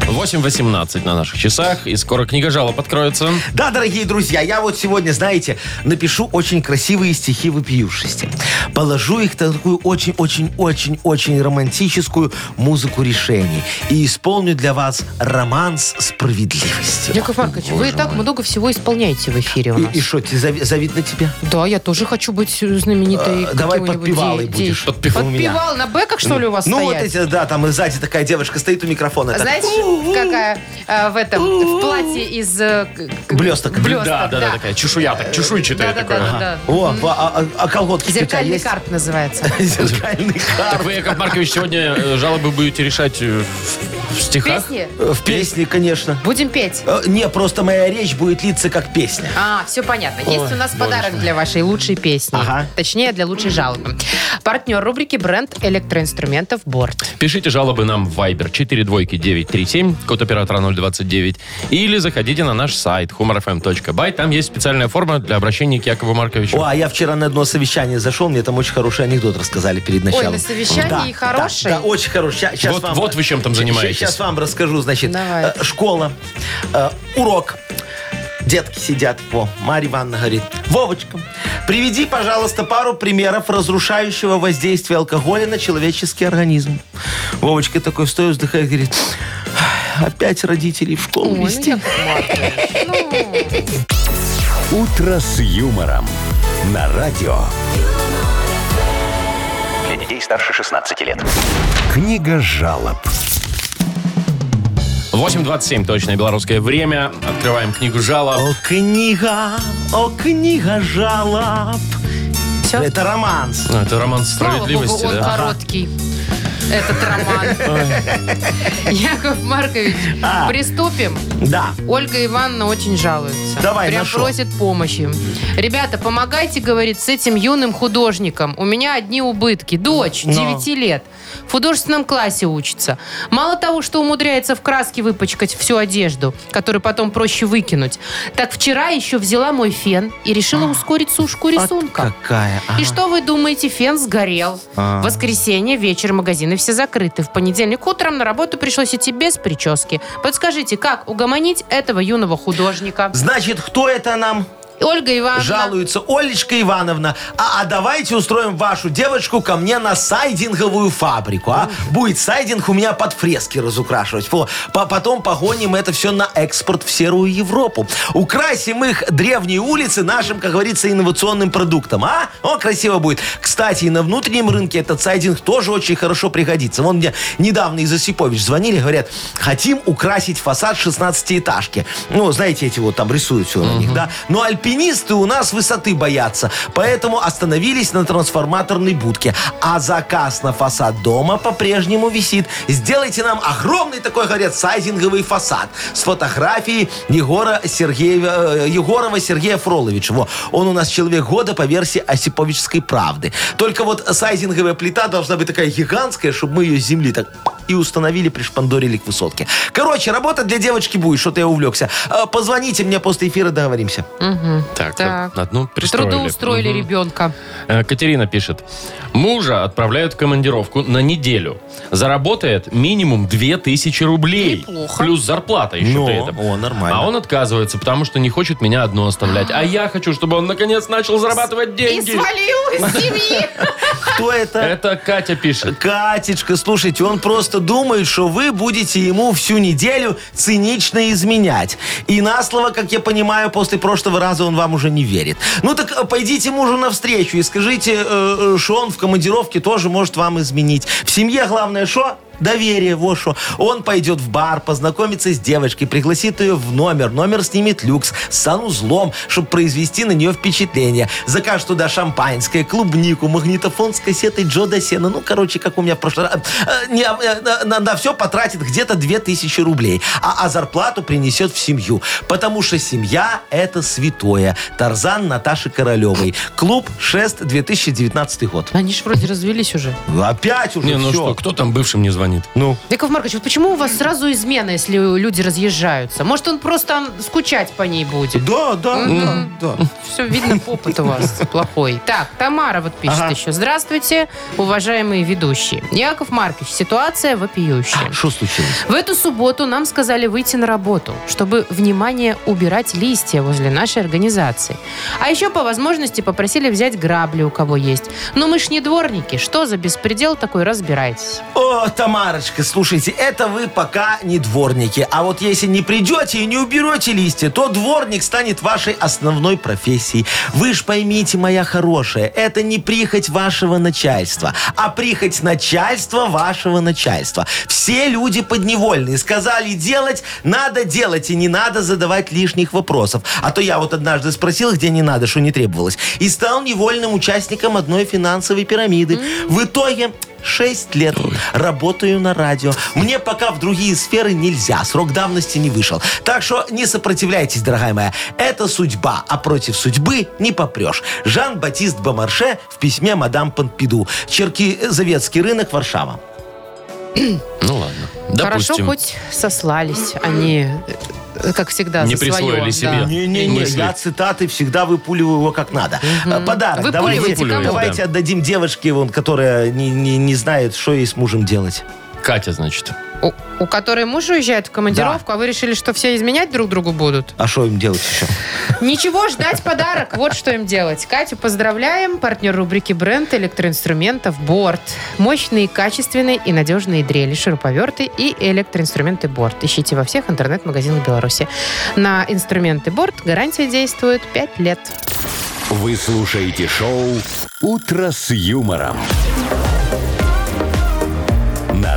B: 8.18 на наших часах, и скоро книга жалоб откроется.
D: Да, дорогие друзья, я вот сегодня, знаете, напишу очень красивые стихи вопиюшести. Положу их на такую очень-очень-очень-очень романтическую музыку решений. И исполню для вас романс справедливости.
C: Яков Маркович, вы и так много всего исполняете в эфире у нас.
D: И что, завидно тебе?
C: Да, я тоже хочу быть знаменитой.
D: Э, давай
C: каким-нибудь
D: подпевалой
C: де-
D: будешь.
C: де-
D: Подпевал у меня.
C: Подпевал на бэках, что ли, у вас
D: Ну,
C: стоять?
D: вот эти, да, там сзади такая девушка стоит у микрофона. так.
C: Знаете,
D: «У,
C: какая э, в этом, в платье из... э, к- к-
D: Блесток.
C: Блесток,
B: Да, да, да,
C: да.
B: такая чешуя, так, чешуйчатая
C: Да-да-да,
B: такое.
C: да, да.
D: О, а, а- а колготки у тебя
C: Зеркальный
D: есть?
C: карт называется.
D: Зеркальный карт.
B: Так вы, Яков Маркович, сегодня э, жалобы будете решать э, в, в стихах?
C: Песни?
D: Э, В песне, конечно.
C: Будем петь.
D: Э, Не, просто моя речь будет литься как песня.
C: А, все понятно. Есть у нас подарок для вашей лучшей песни.
D: Ага.
C: Точнее, для лучшей жалобы. Партнер рубрики бренд электроинструментов Борт.
B: Пишите жалобы нам в Viber 42937, код оператора 029, или заходите на наш сайт humorfm.by. Там есть специальная форма для обращения к Якову Марковичу.
D: О, а я вчера на одно совещание зашел, мне там очень хороший анекдот рассказали перед началом.
C: на совещании
D: Да,
C: и хороший?
D: Да, да, очень хороший. Ща- щас
B: Вот- вот вы чем там
D: ща-
B: занимаетесь.
D: Сейчас вам расскажу, значит.
C: Давай.
D: э, Школа, э, урок. Детки сидят. Во, Марья Ивановна говорит. Вовочка, приведи, пожалуйста, пару примеров разрушающего воздействия алкоголя на человеческий организм. Вовочка такой встает, вздыхает, говорит... «Ах, Опять родителей в школу
C: ну
D: вести.
A: «Утро с юмором» на радио.
E: Для детей старше 16 лет.
A: Книга жалоб.
B: 8.27, точное белорусское время. Открываем книгу жалоб.
D: О, книга, о, книга жалоб.
C: Всё?
D: Это романс.
B: Ну, Это роман
C: Слава богу,
B: справедливости,
C: он
B: да?
C: короткий. Этот роман. Яков Маркович,
D: А.
C: приступим.
D: Да.
C: Ольга Ивановна очень жалуется.
D: Давай,
C: Прям
D: на шо?
C: просит помощи. Ребята, помогайте, говорит, с этим юным художником. У меня одни убытки. Дочь, 9 лет. В художественном классе учится. Мало того, что умудряется в краске выпачкать всю одежду, которую потом проще выкинуть, так вчера еще взяла мой фен и решила ускорить сушку рисунка.
D: Какая? А.
C: И что вы думаете, фен сгорел?
B: А.
C: В воскресенье вечер магазины все закрыты. В понедельник утром на работу пришлось идти без прически. Подскажите, как угомонить этого юного художника?
D: Значит, кто это нам
C: Ольга Ивановна.
D: жалуется? Олечка Ивановна. А, а давайте устроим вашу девочку ко мне на сайдинговую фабрику. А? Будет сайдинг у меня под фрески разукрашивать. Во. По- потом погоним это все на экспорт в серую Европу. Украсим их древние улицы нашим, как говорится, инновационным продуктом. А? О, красиво будет. Кстати, и на внутреннем рынке этот сайдинг тоже очень хорошо пригодится. Вон мне недавно из Осипович звонили, говорят, хотим украсить фасад 16-этажки. Ну, знаете, эти вот там рисуют все на них, да? Но альпинисты у нас высоты боятся, поэтому остановились на трансформаторной будке. А заказ на фасад дома по-прежнему висит. Сделайте нам огромный такой, говорят, сайдинговый фасад с фотографией Егора Сергеева, э, Егорова Сергея Фроловича. Во, он у нас человек года по версии Осиповической правды. Только вот сайдинговая плита должна быть такая гигантская, чтобы мы ее с земли так и установили, пришпандорили к высотке. Короче, работа для девочки будет, что-то я увлекся. Э, Позвоните мне после эфира, договоримся.
B: Так,
C: Так.
B: на дну пристроили.
C: Трудоустроили
B: Мгм.
C: ребенка.
B: Э, Катерина пишет. Мужа отправляют в командировку на неделю. Заработает минимум 2000 рублей.
C: Неплохо.
B: Плюс зарплата еще
D: Ну,
B: при этом.
D: о, нормально.
B: А он отказывается, потому что не хочет меня одну оставлять. А я хочу, чтобы он наконец начал зарабатывать
C: И
B: деньги.
C: свалил из семьи.
D: Кто это?
B: Это Катя пишет.
D: Катечка, слушайте, он просто думает, что вы будете ему всю неделю цинично изменять. И на слово, как я понимаю, после прошлого раза он вам уже не верит. Ну так э, пойдите мужу навстречу и скажите, э, э, что он в командировке тоже может вам изменить. В семье главное что? Доверие, во что. Он пойдет в бар, познакомится с девочкой, пригласит ее в номер. Номер снимет люкс с санузлом, чтобы произвести на нее впечатление. Закажет туда шампанское, клубнику, магнитофон с кассетой Джо Досена. Ну, короче, как у меня в прошлый раз. Э, не, э, на, все потратит где-то 2000 рублей. А, а зарплату принесет в семью. Потому что семья – это святое. Тарзан Наташи Королевой. Клуб «Шест» 2019 год.
C: Они же вроде развелись уже.
D: Опять уже
B: Не, ну
D: всё.
B: что, кто там бывшим не звонит?
D: Ну,
C: Яков Маркович, вот почему у вас сразу измена, если люди разъезжаются? Может, он просто скучать по ней будет?
D: да, да, да, да.
C: Все видно, опыт у вас плохой. Так, Тамара вот пишет
D: Ага.
C: еще. Здравствуйте, уважаемые ведущие. Яков Маркович, ситуация вопиющая.
D: Что случилось?
C: В эту субботу нам сказали выйти на работу, чтобы, внимание, убирать листья возле нашей организации. А еще по возможности попросили взять грабли, у кого есть. Но мы ж не дворники, что за беспредел такой, разбирайтесь.
D: О, Тамарочка, слушайте, это вы пока не дворники. А вот если не придете и не уберете листья, то дворник станет вашей основной профессией. Вы ж поймите, моя хорошая, это не прихоть вашего начальства, а прихоть начальства вашего начальства. Все люди подневольные. Сказали делать, надо делать, и не надо задавать лишних вопросов. А то я вот однажды спросил, где не надо, что не требовалось, и стал невольным участником одной финансовой пирамиды. В итоге 6 лет работаю на радио. Мне пока в другие сферы нельзя. Срок давности не вышел. Так что не сопротивляйтесь, дорогая моя. Это судьба, а против судьбы не попрешь. Жан-Батист Бомарше в письме мадам Панпиду. Черкизоветский рынок, Варшава.
B: Ну ладно.
C: Хорошо,
B: Допустим.
C: хоть сослались они, э, как всегда,
B: Не
C: за своё,
B: присвоили
C: да.
B: себе.
D: Не-не-не,
B: Мысли.
D: я цитаты всегда выпуливаю его как надо. А, Подарок.
C: Выпуливайте,
D: давайте,
C: кому?
D: давайте отдадим девушке, вон, которая не, не, не знает, что ей с мужем делать.
B: Катя, значит.
C: У, у которой муж уезжает в командировку, а вы решили, что все изменять друг другу будут?
D: А что им делать еще?
C: Ничего, ждать подарок. Вот что им делать. Катю поздравляем. Партнер рубрики «Бренд электроинструментов Борт». Мощные, качественные и надежные дрели, шуруповерты и электроинструменты Борт. Ищите во всех интернет-магазинах Беларуси. На инструменты Борт гарантия действует 5 лет.
A: Вы слушаете шоу «Утро с юмором». На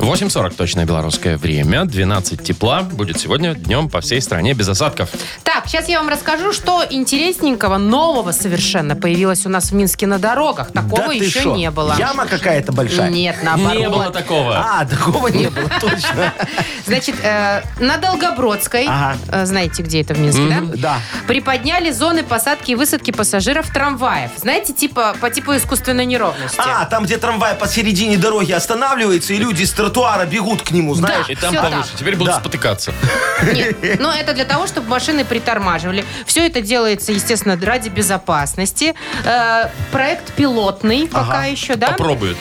B: 8.40 точное белорусское время. 12 тепла будет сегодня днем по всей стране без осадков.
C: Так, сейчас я вам расскажу, что интересненького, нового совершенно появилось у нас в Минске на дорогах. Такого
D: Да ты
C: еще
D: шо?
C: не было.
D: Яма какая-то большая.
C: Нет, наоборот.
B: Не было такого.
D: А, такого не было, точно.
C: Значит, э, на Долгобродской,
D: Ага.
C: э, знаете, где это в Минске,
D: Да.
C: Приподняли зоны посадки и высадки пассажиров трамваев. Знаете, типа по типу искусственной неровности.
D: А, там, где трамвай посередине дороги останавливается, и люди с тротуара бегут к нему, знаешь?
B: И там
C: всё
B: повыше. Теперь будут
D: Да.
B: спотыкаться.
C: Нет, но это для того, чтобы машины притормаживали. Все это делается, естественно, ради безопасности. Э, проект пилотный пока еще, да?
B: Попробуют.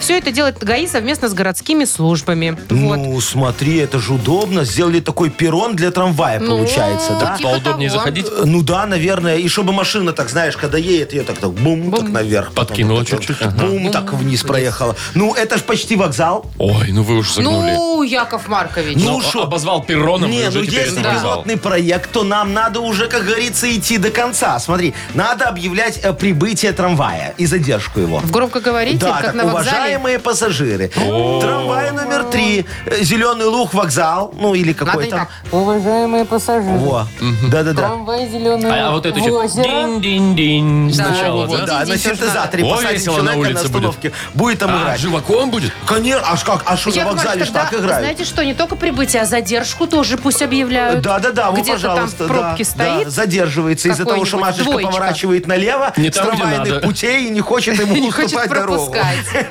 C: все это делает ГАИ совместно с городскими службами. вот.
D: Ну, смотри, это же удобно. Сделали такой перрон для трамвая,
C: Ну,
D: получается, да?
C: типа
B: Поудобнее
C: того.
B: заходить.
D: Э, Ну да, наверное. И чтобы машина, так знаешь, когда едет, ее так, так бум, так наверх. потом
B: Подкинула
D: так,
B: чуть-чуть,
D: так,
B: ага.
D: Бум, так вниз проехала. Ну, это ж почти вокзал.
B: Ой, ну вы уж загнули.
C: Ну, Яков Маркович.
D: Ну,
B: Но
D: шо?
B: обозвал перроном и
D: Не,
B: уже
D: ну
B: теперь
D: если
B: это назвал.
D: пилотный проект, то нам надо уже, как говорится, идти до конца. Смотри, надо объявлять э, прибытие трамвая и задержку его.
C: В громкоговоритель,
D: Да,
C: как
D: так,
C: на вокзале.
D: уважаемые пассажиры. Трамвай номер три, э, зеленый луг, вокзал, ну или
C: Надо
D: какой
C: не
D: там.
C: так.
H: Уважаемые пассажиры,
D: Во, да-да-да.
H: трамвай зеленый
B: А, а вот это еще
H: озеро.
B: динь-динь-динь сначала,
D: Вот,
B: да?
D: да, на
C: Идите уж
D: синтезаторе
B: надо. О,
D: посадим
B: весело на
D: человека на
B: улице будет.
D: остановке. Будет там
B: А,
D: играть.
B: живаком будет?
D: Конечно, аж как, а что на
C: Яков
D: вокзале
C: Маркович,
D: ж так
C: тогда,
D: играют?
C: Знаете что, не только прибытие, а задержку тоже пусть объявляют.
D: Да, да, да, вот,
C: Где-то
D: пожалуйста,
C: там в пробке
D: да,
C: стоит.
D: да, задерживается из-за того, что
C: какой-нибудь
D: Машечка
C: двоечка.
D: поворачивает налево
B: Не
D: с
B: там, где
D: трамвайных
B: надо.
D: путей и не хочет ему
C: Не хочет
D: уступать дорогу.
C: пропускать.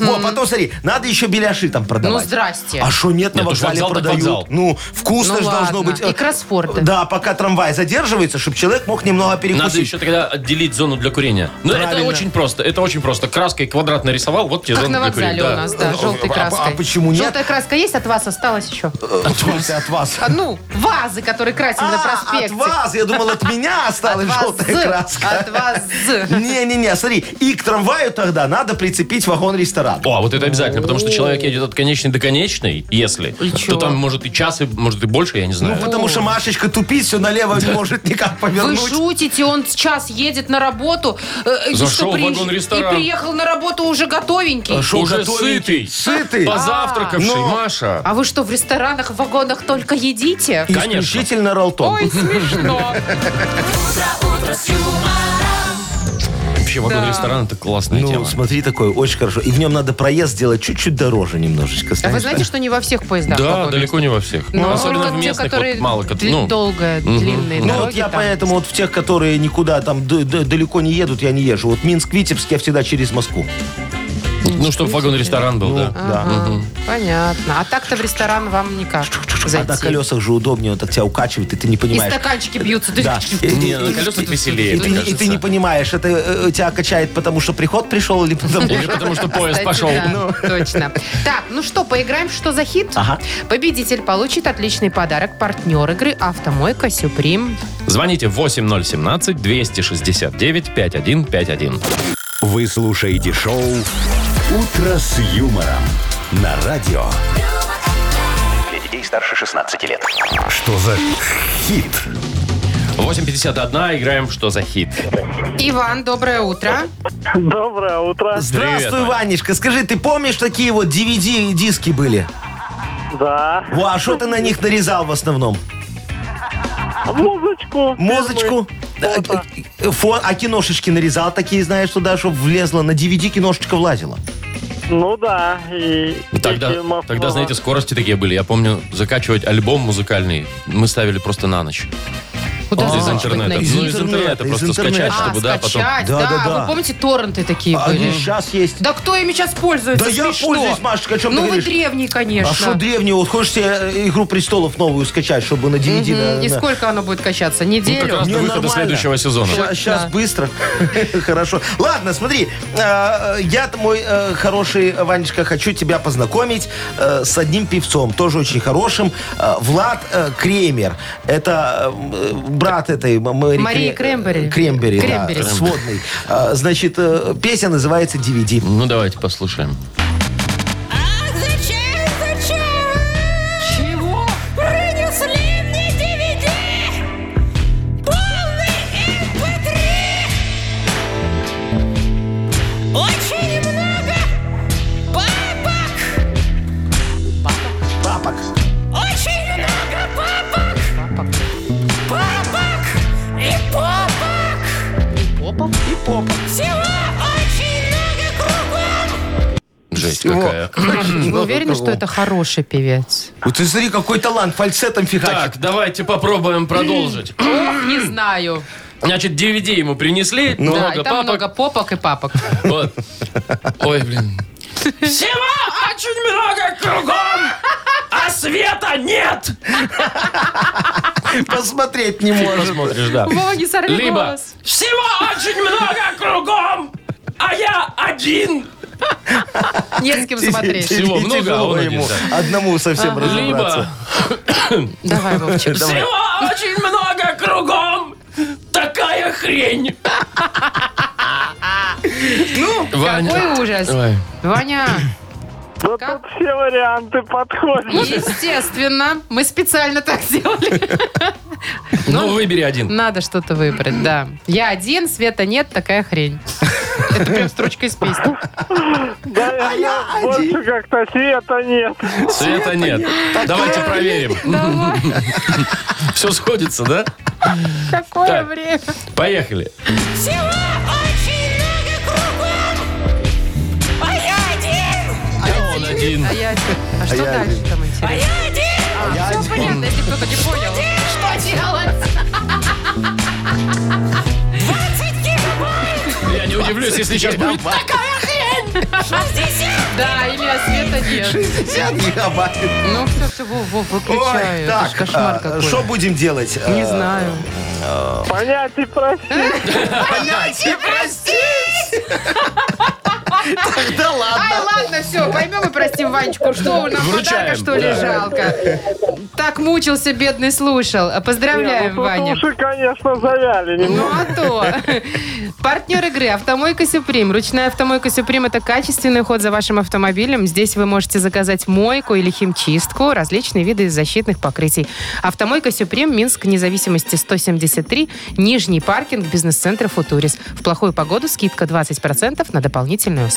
D: Вот, потом смотри, надо еще беляши там продавать.
C: Ну, здрасте.
D: А что нет, на
B: Нет, уж
D: вокзале
B: вокзал так вокзал.
D: продают? Ну, вкусно
C: Ну
D: же должно
C: ладно.
D: быть. э,
C: И кроссфорты.
D: Да, пока трамвай задерживается, чтобы человек мог немного
B: Надо
D: перекусить.
B: еще тогда отделить зону для курения. Ну, это
D: Правильно.
B: очень просто. Это очень просто. Краской квадрат нарисовал, вот тебе
C: Как
B: зона
C: на
B: для курения.
C: вокзале у нас, да,
D: А,
C: желтой
D: а, а
C: краской.
D: почему нет?
C: Желтая краска есть, от вас осталось еще.
D: Э, в смысле, от вас.
C: А, Ну, вазы, которые красили на
D: А,
C: проспекте.
D: от вас! Я думал, от меня осталась
C: От
D: желтая
C: вазы,
D: краска.
C: От вас.
D: Не-не-не, смотри, и к трамваю тогда надо прицепить вагон-ресторан.
B: О, а вот это обязательно, потому что человек едет от конечной до конечной, если,
C: И
B: то
C: чего?
B: там может и час, и может и больше, я не
D: Ну,
B: знаю.
D: потому что Машечка тупит, все налево не может никак
C: Вы
D: повернуть.
C: шутите, он сейчас едет на работу. э, и что,
B: Зашел в
C: при-
B: вагон-ресторан.
C: И приехал на работу уже готовенький.
D: А шо
B: Уже сытый.
D: готовенький? Сытый.
B: Позавтракавший,
D: Ну.
B: Маша.
C: А вы что, в ресторанах, в вагонах только едите?
B: Конечно.
D: Исключительно ролтон.
C: Ой, смешно.
B: Вообще, вагон-ресторан это классная
D: Ну,
B: тема.
D: смотри, такое очень хорошо. И в нем надо проезд сделать чуть-чуть дороже немножечко.
C: А вы
D: знаешь.
C: знаете, что не во всех поездах Ну, а
B: Да,
C: вагоны?
B: далеко не во всех.
C: Но
B: Особенно
C: только
B: в
C: те,
B: местных,
C: которые
B: вот мало. кот-
C: дли-
B: Ну,
C: долгая, длинные
D: Ну,
C: дороги.
D: вот я
C: там.
D: поэтому вот в тех, которые никуда там д- д- далеко не едут, я не езжу. Вот Минск-Витебск я всегда через Москву.
B: ну чтобы вагон-ресторан был, да.
C: Ну, Ага, Понятно. А так-то в ресторан вам никак
D: А на
C: зайти.
D: колесах же удобнее, он так тебя укачивает, и ты не
C: И
D: понимаешь.
C: стаканчики бьются.
D: Да. И- и-
B: Не, на
D: и-
B: колесах
D: и,
B: веселее, мне
D: ты, не- и ты не
B: кажется.
D: понимаешь, это э, э, тебя качает, потому что приход пришел или потому
B: Или
D: что-
B: потому что поезд
C: Кстати,
B: пошел. Ну.
C: да, точно. Так, ну что, поиграем, в что за хит?
D: Ага.
C: Победитель получит отличный подарок. Партнер игры «Автомойка Сюприм».
B: Звоните 8017-269-5151.
A: Вы слушаете шоу «Утро с юмором» на радио.
E: Для детей старше 16 лет.
A: Что за хит?
B: 8.51, играем «Что за хит?».
C: Иван, доброе утро.
F: Доброе утро.
D: Здравствуй,
B: Вань.
D: Ванечка. Скажи, ты помнишь такие вот DVD-диски были?
F: Да.
D: Во, а что ты на них нарезал в основном?
F: Музычку.
D: Музычку? Э,
F: фото.
D: э, фо- а киношечки нарезал такие, знаешь, туда, чтобы влезла. На DVD киношечка влазила.
F: Ну да. И,
B: Ну Тогда, тогда, знаете, скорости такие были. Я помню, закачивать альбом музыкальный мы ставили просто на ночь.
C: Куда
B: Вот из
C: скачивать
B: интернета.
C: на
D: Из
B: Ну, из
D: интернета,
B: интернета
D: из
B: просто
D: интернета.
B: скачать,
C: А,
B: чтобы, да, А, потом...
C: скачать, да,
D: Да, да, да.
C: Вы помните, торренты такие
D: Они
C: были?
D: А сейчас есть.
C: Да кто ими сейчас пользуется?
D: Да я
C: Смешно.
D: пользуюсь, Машечка, о чем
C: Ну
D: ты
C: вы
D: говоришь?
C: древний, конечно.
D: А что древнюю? Вот хочешь себе э, «Игру престолов» новую скачать, чтобы на DVD...
C: Мгм.
D: на-
C: И
D: на-
C: сколько оно будет качаться?
B: Ну, как
C: Неделю?
B: раз до выхода
D: нормально.
B: следующего сезона.
D: Ща- Сейчас
C: Да.
D: быстро. Хорошо. Ладно, смотри. э, Я, мой э, хороший Ванечка, хочу тебя познакомить э, с одним певцом, тоже очень хорошим. э, Влад э, Кремер. Это э, брат этой М- Мэри
C: Марии
D: Кре- э,
C: Крэмбери.
D: Крэмбери, да,
C: Крэмбери.
D: сводный. Э, Значит, э, песня называется DVD.
B: Ну, давайте послушаем.
H: Ах, зачем, зачем? Чего? Принесли мне DVD! Полный эм MP3! Очень много бабок!
D: Папок.
H: Очень много бабок! Бабок! И попок! Всего очень много кругом!
B: Жесть какая.
D: Ну,
C: Вы уверены, что это хороший певец?
D: Вот ты смотри, какой талант фальцетом фигачит.
B: Так, давайте попробуем продолжить.
C: Ох, не знаю.
B: Значит, DVD ему принесли,
C: Ну. да,
B: много
C: и там
B: папок.
C: много попок и папок.
B: Вот. Ой, блин. Всего очень много кругом, а света нет.
D: Посмотреть не может.
B: Смотришь, да.
C: Вова, не сорви
B: Либо
C: голос.
B: всего очень много кругом, а я один.
C: Не с кем смотреть.
B: Всего много, а
D: Тяжело
B: он один,
D: ему
B: да.
D: Одному совсем
B: Либо
D: разобраться.
C: Давай, Вовчик.
D: Давай.
B: всего очень много кругом, такая хрень. Ну,
C: Какой ужас.
B: Ой.
C: Ваня,
F: Да
C: Как?
F: тут все варианты
D: Ну,
F: подходят.
C: естественно, мы специально так сделали.
B: Ну, выбери один.
C: Надо что-то выбрать, да. Я один, света нет, такая хрень. Это прям строчка из песни.
F: Да, я больше как-то света нет.
B: ну, Света нет. Давайте проверим.
C: Давай,
B: Все сходится, да?
C: какое
B: Так.
C: время.
B: Поехали.
H: Всего очень много кругом, а я один,
B: А он один.
C: А я... А что дальше там
H: а
C: интересно?
H: я один.
C: Все понятно, если кто-то не понял. Что делать?
H: 20 гигабайт,
B: Я не удивлюсь, если сейчас будет...
H: 60
C: Да, Илья, света нет.
D: 60 гигабайт.
C: Ну, все, все, Вов, Вов, выключаю.
D: Ой,
C: Это ж
D: так,
C: кошмар
D: а,
C: какой.
D: что будем делать?
C: Не
D: А,
C: знаю.
F: Понять и простить.
D: Понятие простить! Тогда
C: Ай,
D: ладно.
C: ладно, все, поймем и простим Ванечку. Что, нам
B: Вручаем,
C: подарка, что ли,
B: да.
C: жалко? Так мучился, бедный слушал. Поздравляем, Ваня.
F: Уши, Ну, конечно, завяли. немного.
C: Ну а то. Партнер игры «Автомойка Сюприм». Ручная «Автомойка Сюприм» – это качественный уход за вашим автомобилем. Здесь вы можете заказать мойку или химчистку, различные виды защитных покрытий. «Автомойка Сюприм», Минск, независимости 173, Нижний паркинг, бизнес-центр «Футурис». В плохую погоду скидка 20% на дополнительные услуги.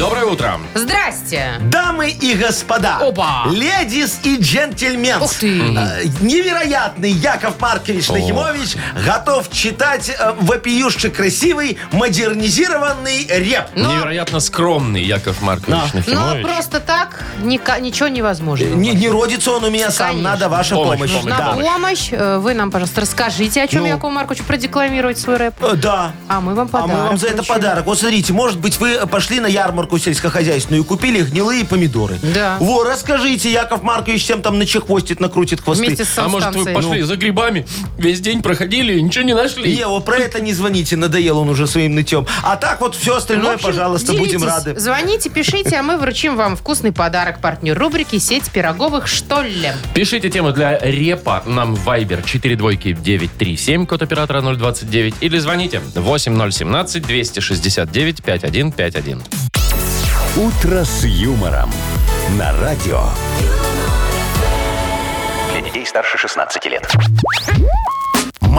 B: Доброе утро.
C: Здрасте!
D: Дамы и господа,
B: Опа.
D: ледис и джентльмен,
C: Ух ты.
D: невероятный Яков Маркович Нахимович готов читать э, вопиюще красивый модернизированный реп.
B: Невероятно скромный Яков Маркович
C: Но
B: Нахимович.
C: Ну, а просто так ника- ничего невозможно.
D: Э, Не, не родится он у меня сам,
C: Конечно.
D: надо ваша
B: Помощь,
D: помощь.
B: помощь,
C: На
D: да.
C: помощь. Э, Вы нам, пожалуйста, расскажите, о чем
D: Ну.
C: Якову Марковичу продекламировать свой рэп.
D: Э, Да.
C: А мы вам
D: А
C: подарок.
D: мы вам за это
C: вручим.
D: подарок. Вот смотрите, может быть, вы пошли на ярмарку сельскохозяйственную и купили гнилые помидоры.
C: Да.
D: Во, расскажите, Яков Маркович чем там начехвостит, накрутит хвосты.
C: Вместе с
B: А может, вы
C: санстанцией.
B: пошли за грибами, весь день проходили и ничего не нашли?
D: Не, вот про это не звоните, надоел он уже своим нытьем. А так вот все
C: В
D: остальное,
C: общем,
D: пожалуйста, будем
C: делитесь.
D: рады.
C: Звоните, пишите, а мы вручим вам вкусный подарок партнер рубрики «Сеть пироговых, что ли?».
B: Пишите тему для репа нам в Viber 42937, код оператора 029, или звоните 8017-269-5151.
A: «Утро с юмором» на радио.
E: Для детей старше 16 лет.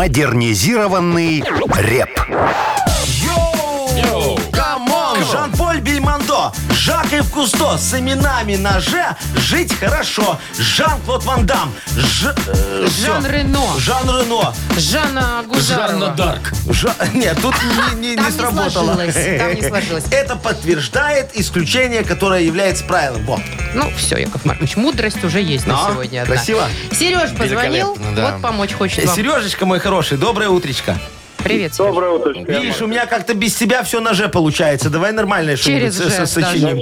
A: Модернизированный рэп.
B: Йоу!
D: Йоу! Камон! Жан-Поль Бельмондо, Жак и Кусто, с именами на «Ж» жить хорошо. Жан-Клод Ван Дам, Ж- э,
C: Жан
D: всё.
C: Рено.
D: Жан Рено.
C: Жанна
B: Жанна
C: Гузарова.
B: Дарк.
D: Жа- Нет, тут не, не- не
C: Там не
D: сработало.
C: сложилось, там не сложилось.
D: Это подтверждает исключение, которое является правилом. Во.
C: Ну, все, Яков Маркович, мудрость уже есть на
D: Да,
C: сегодня одна.
D: красиво.
C: Сереж позвонил,
B: Великолепно, да.
C: вот помочь хочет вам.
D: Сережечка, мой хороший, доброе утречко.
C: Привет, Сереж.
F: Доброе утро.
D: Видишь, у меня как-то без тебя все на «Ж» получается. Давай нормальное что-нибудь
C: Через
D: со- со-
C: «Ж»
D: сочиним.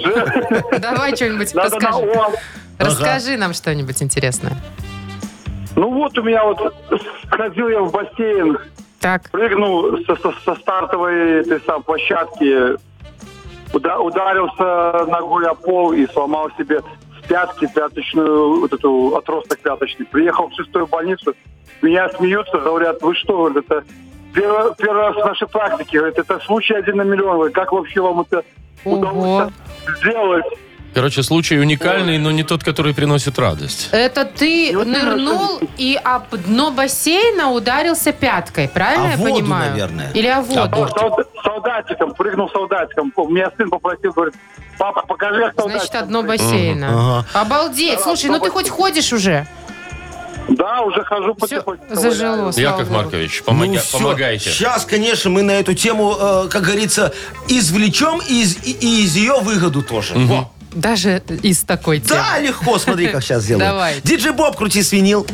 C: Давай что-нибудь
F: Надо на
C: расскажи.
F: «О».
C: Расскажи нам что-нибудь интересное.
F: Ну вот у меня вот ходил я в бассейн,
C: Так,
F: прыгнул со, со- со стартовой этой сам площадки, уда- ударился ногой о пол и сломал себе с пятки пяточную, вот эту отросток пяточный. Приехал в шестую больницу, меня смеются, говорят, вы что, говорят, это первый, первый раз в нашей практике, говорят, это случай один на миллион, Говорят, как вообще вам это
C: ого.
F: удалось сделать?
B: Короче, случай уникальный, но не тот, который приносит радость.
C: Это ты
F: вот
C: нырнул и об дно бассейна ударился пяткой, правильно
D: О
C: я
D: А воду,
C: понимаю?
D: наверное.
C: Или о воду.
B: бортик.
F: Солда- солдатиком, прыгнул солдатиком. У меня сын попросил, говорит, папа, покажи, как солдатиком.
C: Значит, одно бассейна.
D: Ага.
C: Обалдеть. Слушай, ну ты хоть ходишь уже.
F: Да, уже хожу
C: Все
F: потихоньку.
C: зажило. слава
B: Яков
C: богу.
B: Маркович, помоги- помогайте.
D: Сейчас, Ну конечно, мы на эту тему, э, как говорится, извлечем и из, и- и из ее выгоду тоже. Во.
C: Даже из такой темы.
D: Да, легко, смотри, как сейчас сделаю.
C: Давай.
D: Диджей Боб, крути свинил.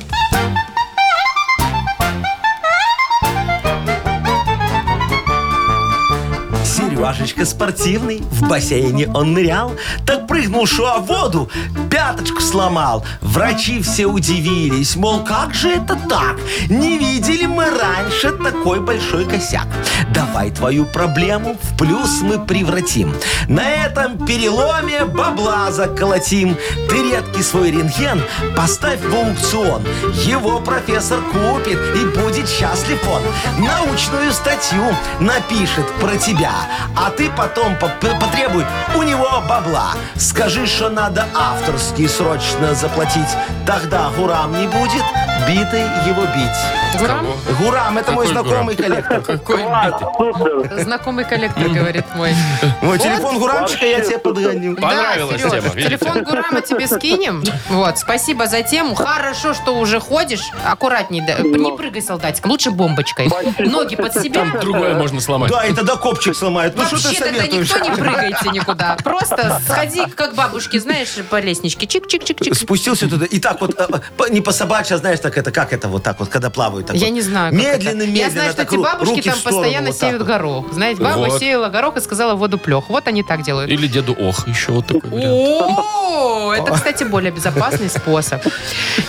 D: Сережечка спортивный, в бассейне он нырял, так прыгнул, шо о воду, пяточку сломал. Врачи все удивились, мол, как же это так? Не видели мы раньше такой большой косяк. Давай твою проблему в плюс мы превратим. На этом переломе бабла заколотим. Ты редкий свой рентген поставь в аукцион. Его профессор купит и будет счастлив он. Научную статью напишет про тебя, а ты потом по- по- потребуй у него бабла. Скажи, что надо авторский срочно заплатить. Тогда Гурам не будет битой его бить.
C: Гурам?
D: Гурам, это мой
B: Какой
D: знакомый коллектор.
B: Какой битый.
F: Супер.
C: Знакомый коллектор, говорит мой.
D: Мой телефон Гурамчика я тебе подгоню.
B: Понравилась
C: да, Сереж,
B: тема, видите?
C: Телефон Гурама тебе скинем. Вот, спасибо за тему. Хорошо, что уже ходишь. Аккуратней, да, не прыгай, солдатик. Лучше бомбочкой. Ноги под себя.
B: Другое можно сломать.
D: Да, и тогда копчик сломает. Ну что ты
C: Вообще тогда
D: советуешь?
C: никто не прыгайте никуда. Просто сходи, как бабушки, знаешь, по лестничке. Чик-чик-чик-чик.
D: спустился туда. И так вот, э, э, по- не по собачьи, а знаешь, так это, как это вот так вот, когда плавают. так
C: Я
D: вот.
C: не знаю, как
D: Медленно,
C: это.
D: медленно.
C: Я знаю, что
D: так
C: эти
D: ру-
C: бабушки
D: руки в
C: там
D: сторону
C: постоянно
D: вот так
C: сеют
D: вот.
C: горох. Знаете, баба
B: Вот.
C: сеяла горох и сказала воду плех. Вот они так делают.
B: Или деду Ох, еще вот такой вариант.
C: О, это, кстати, более безопасный способ.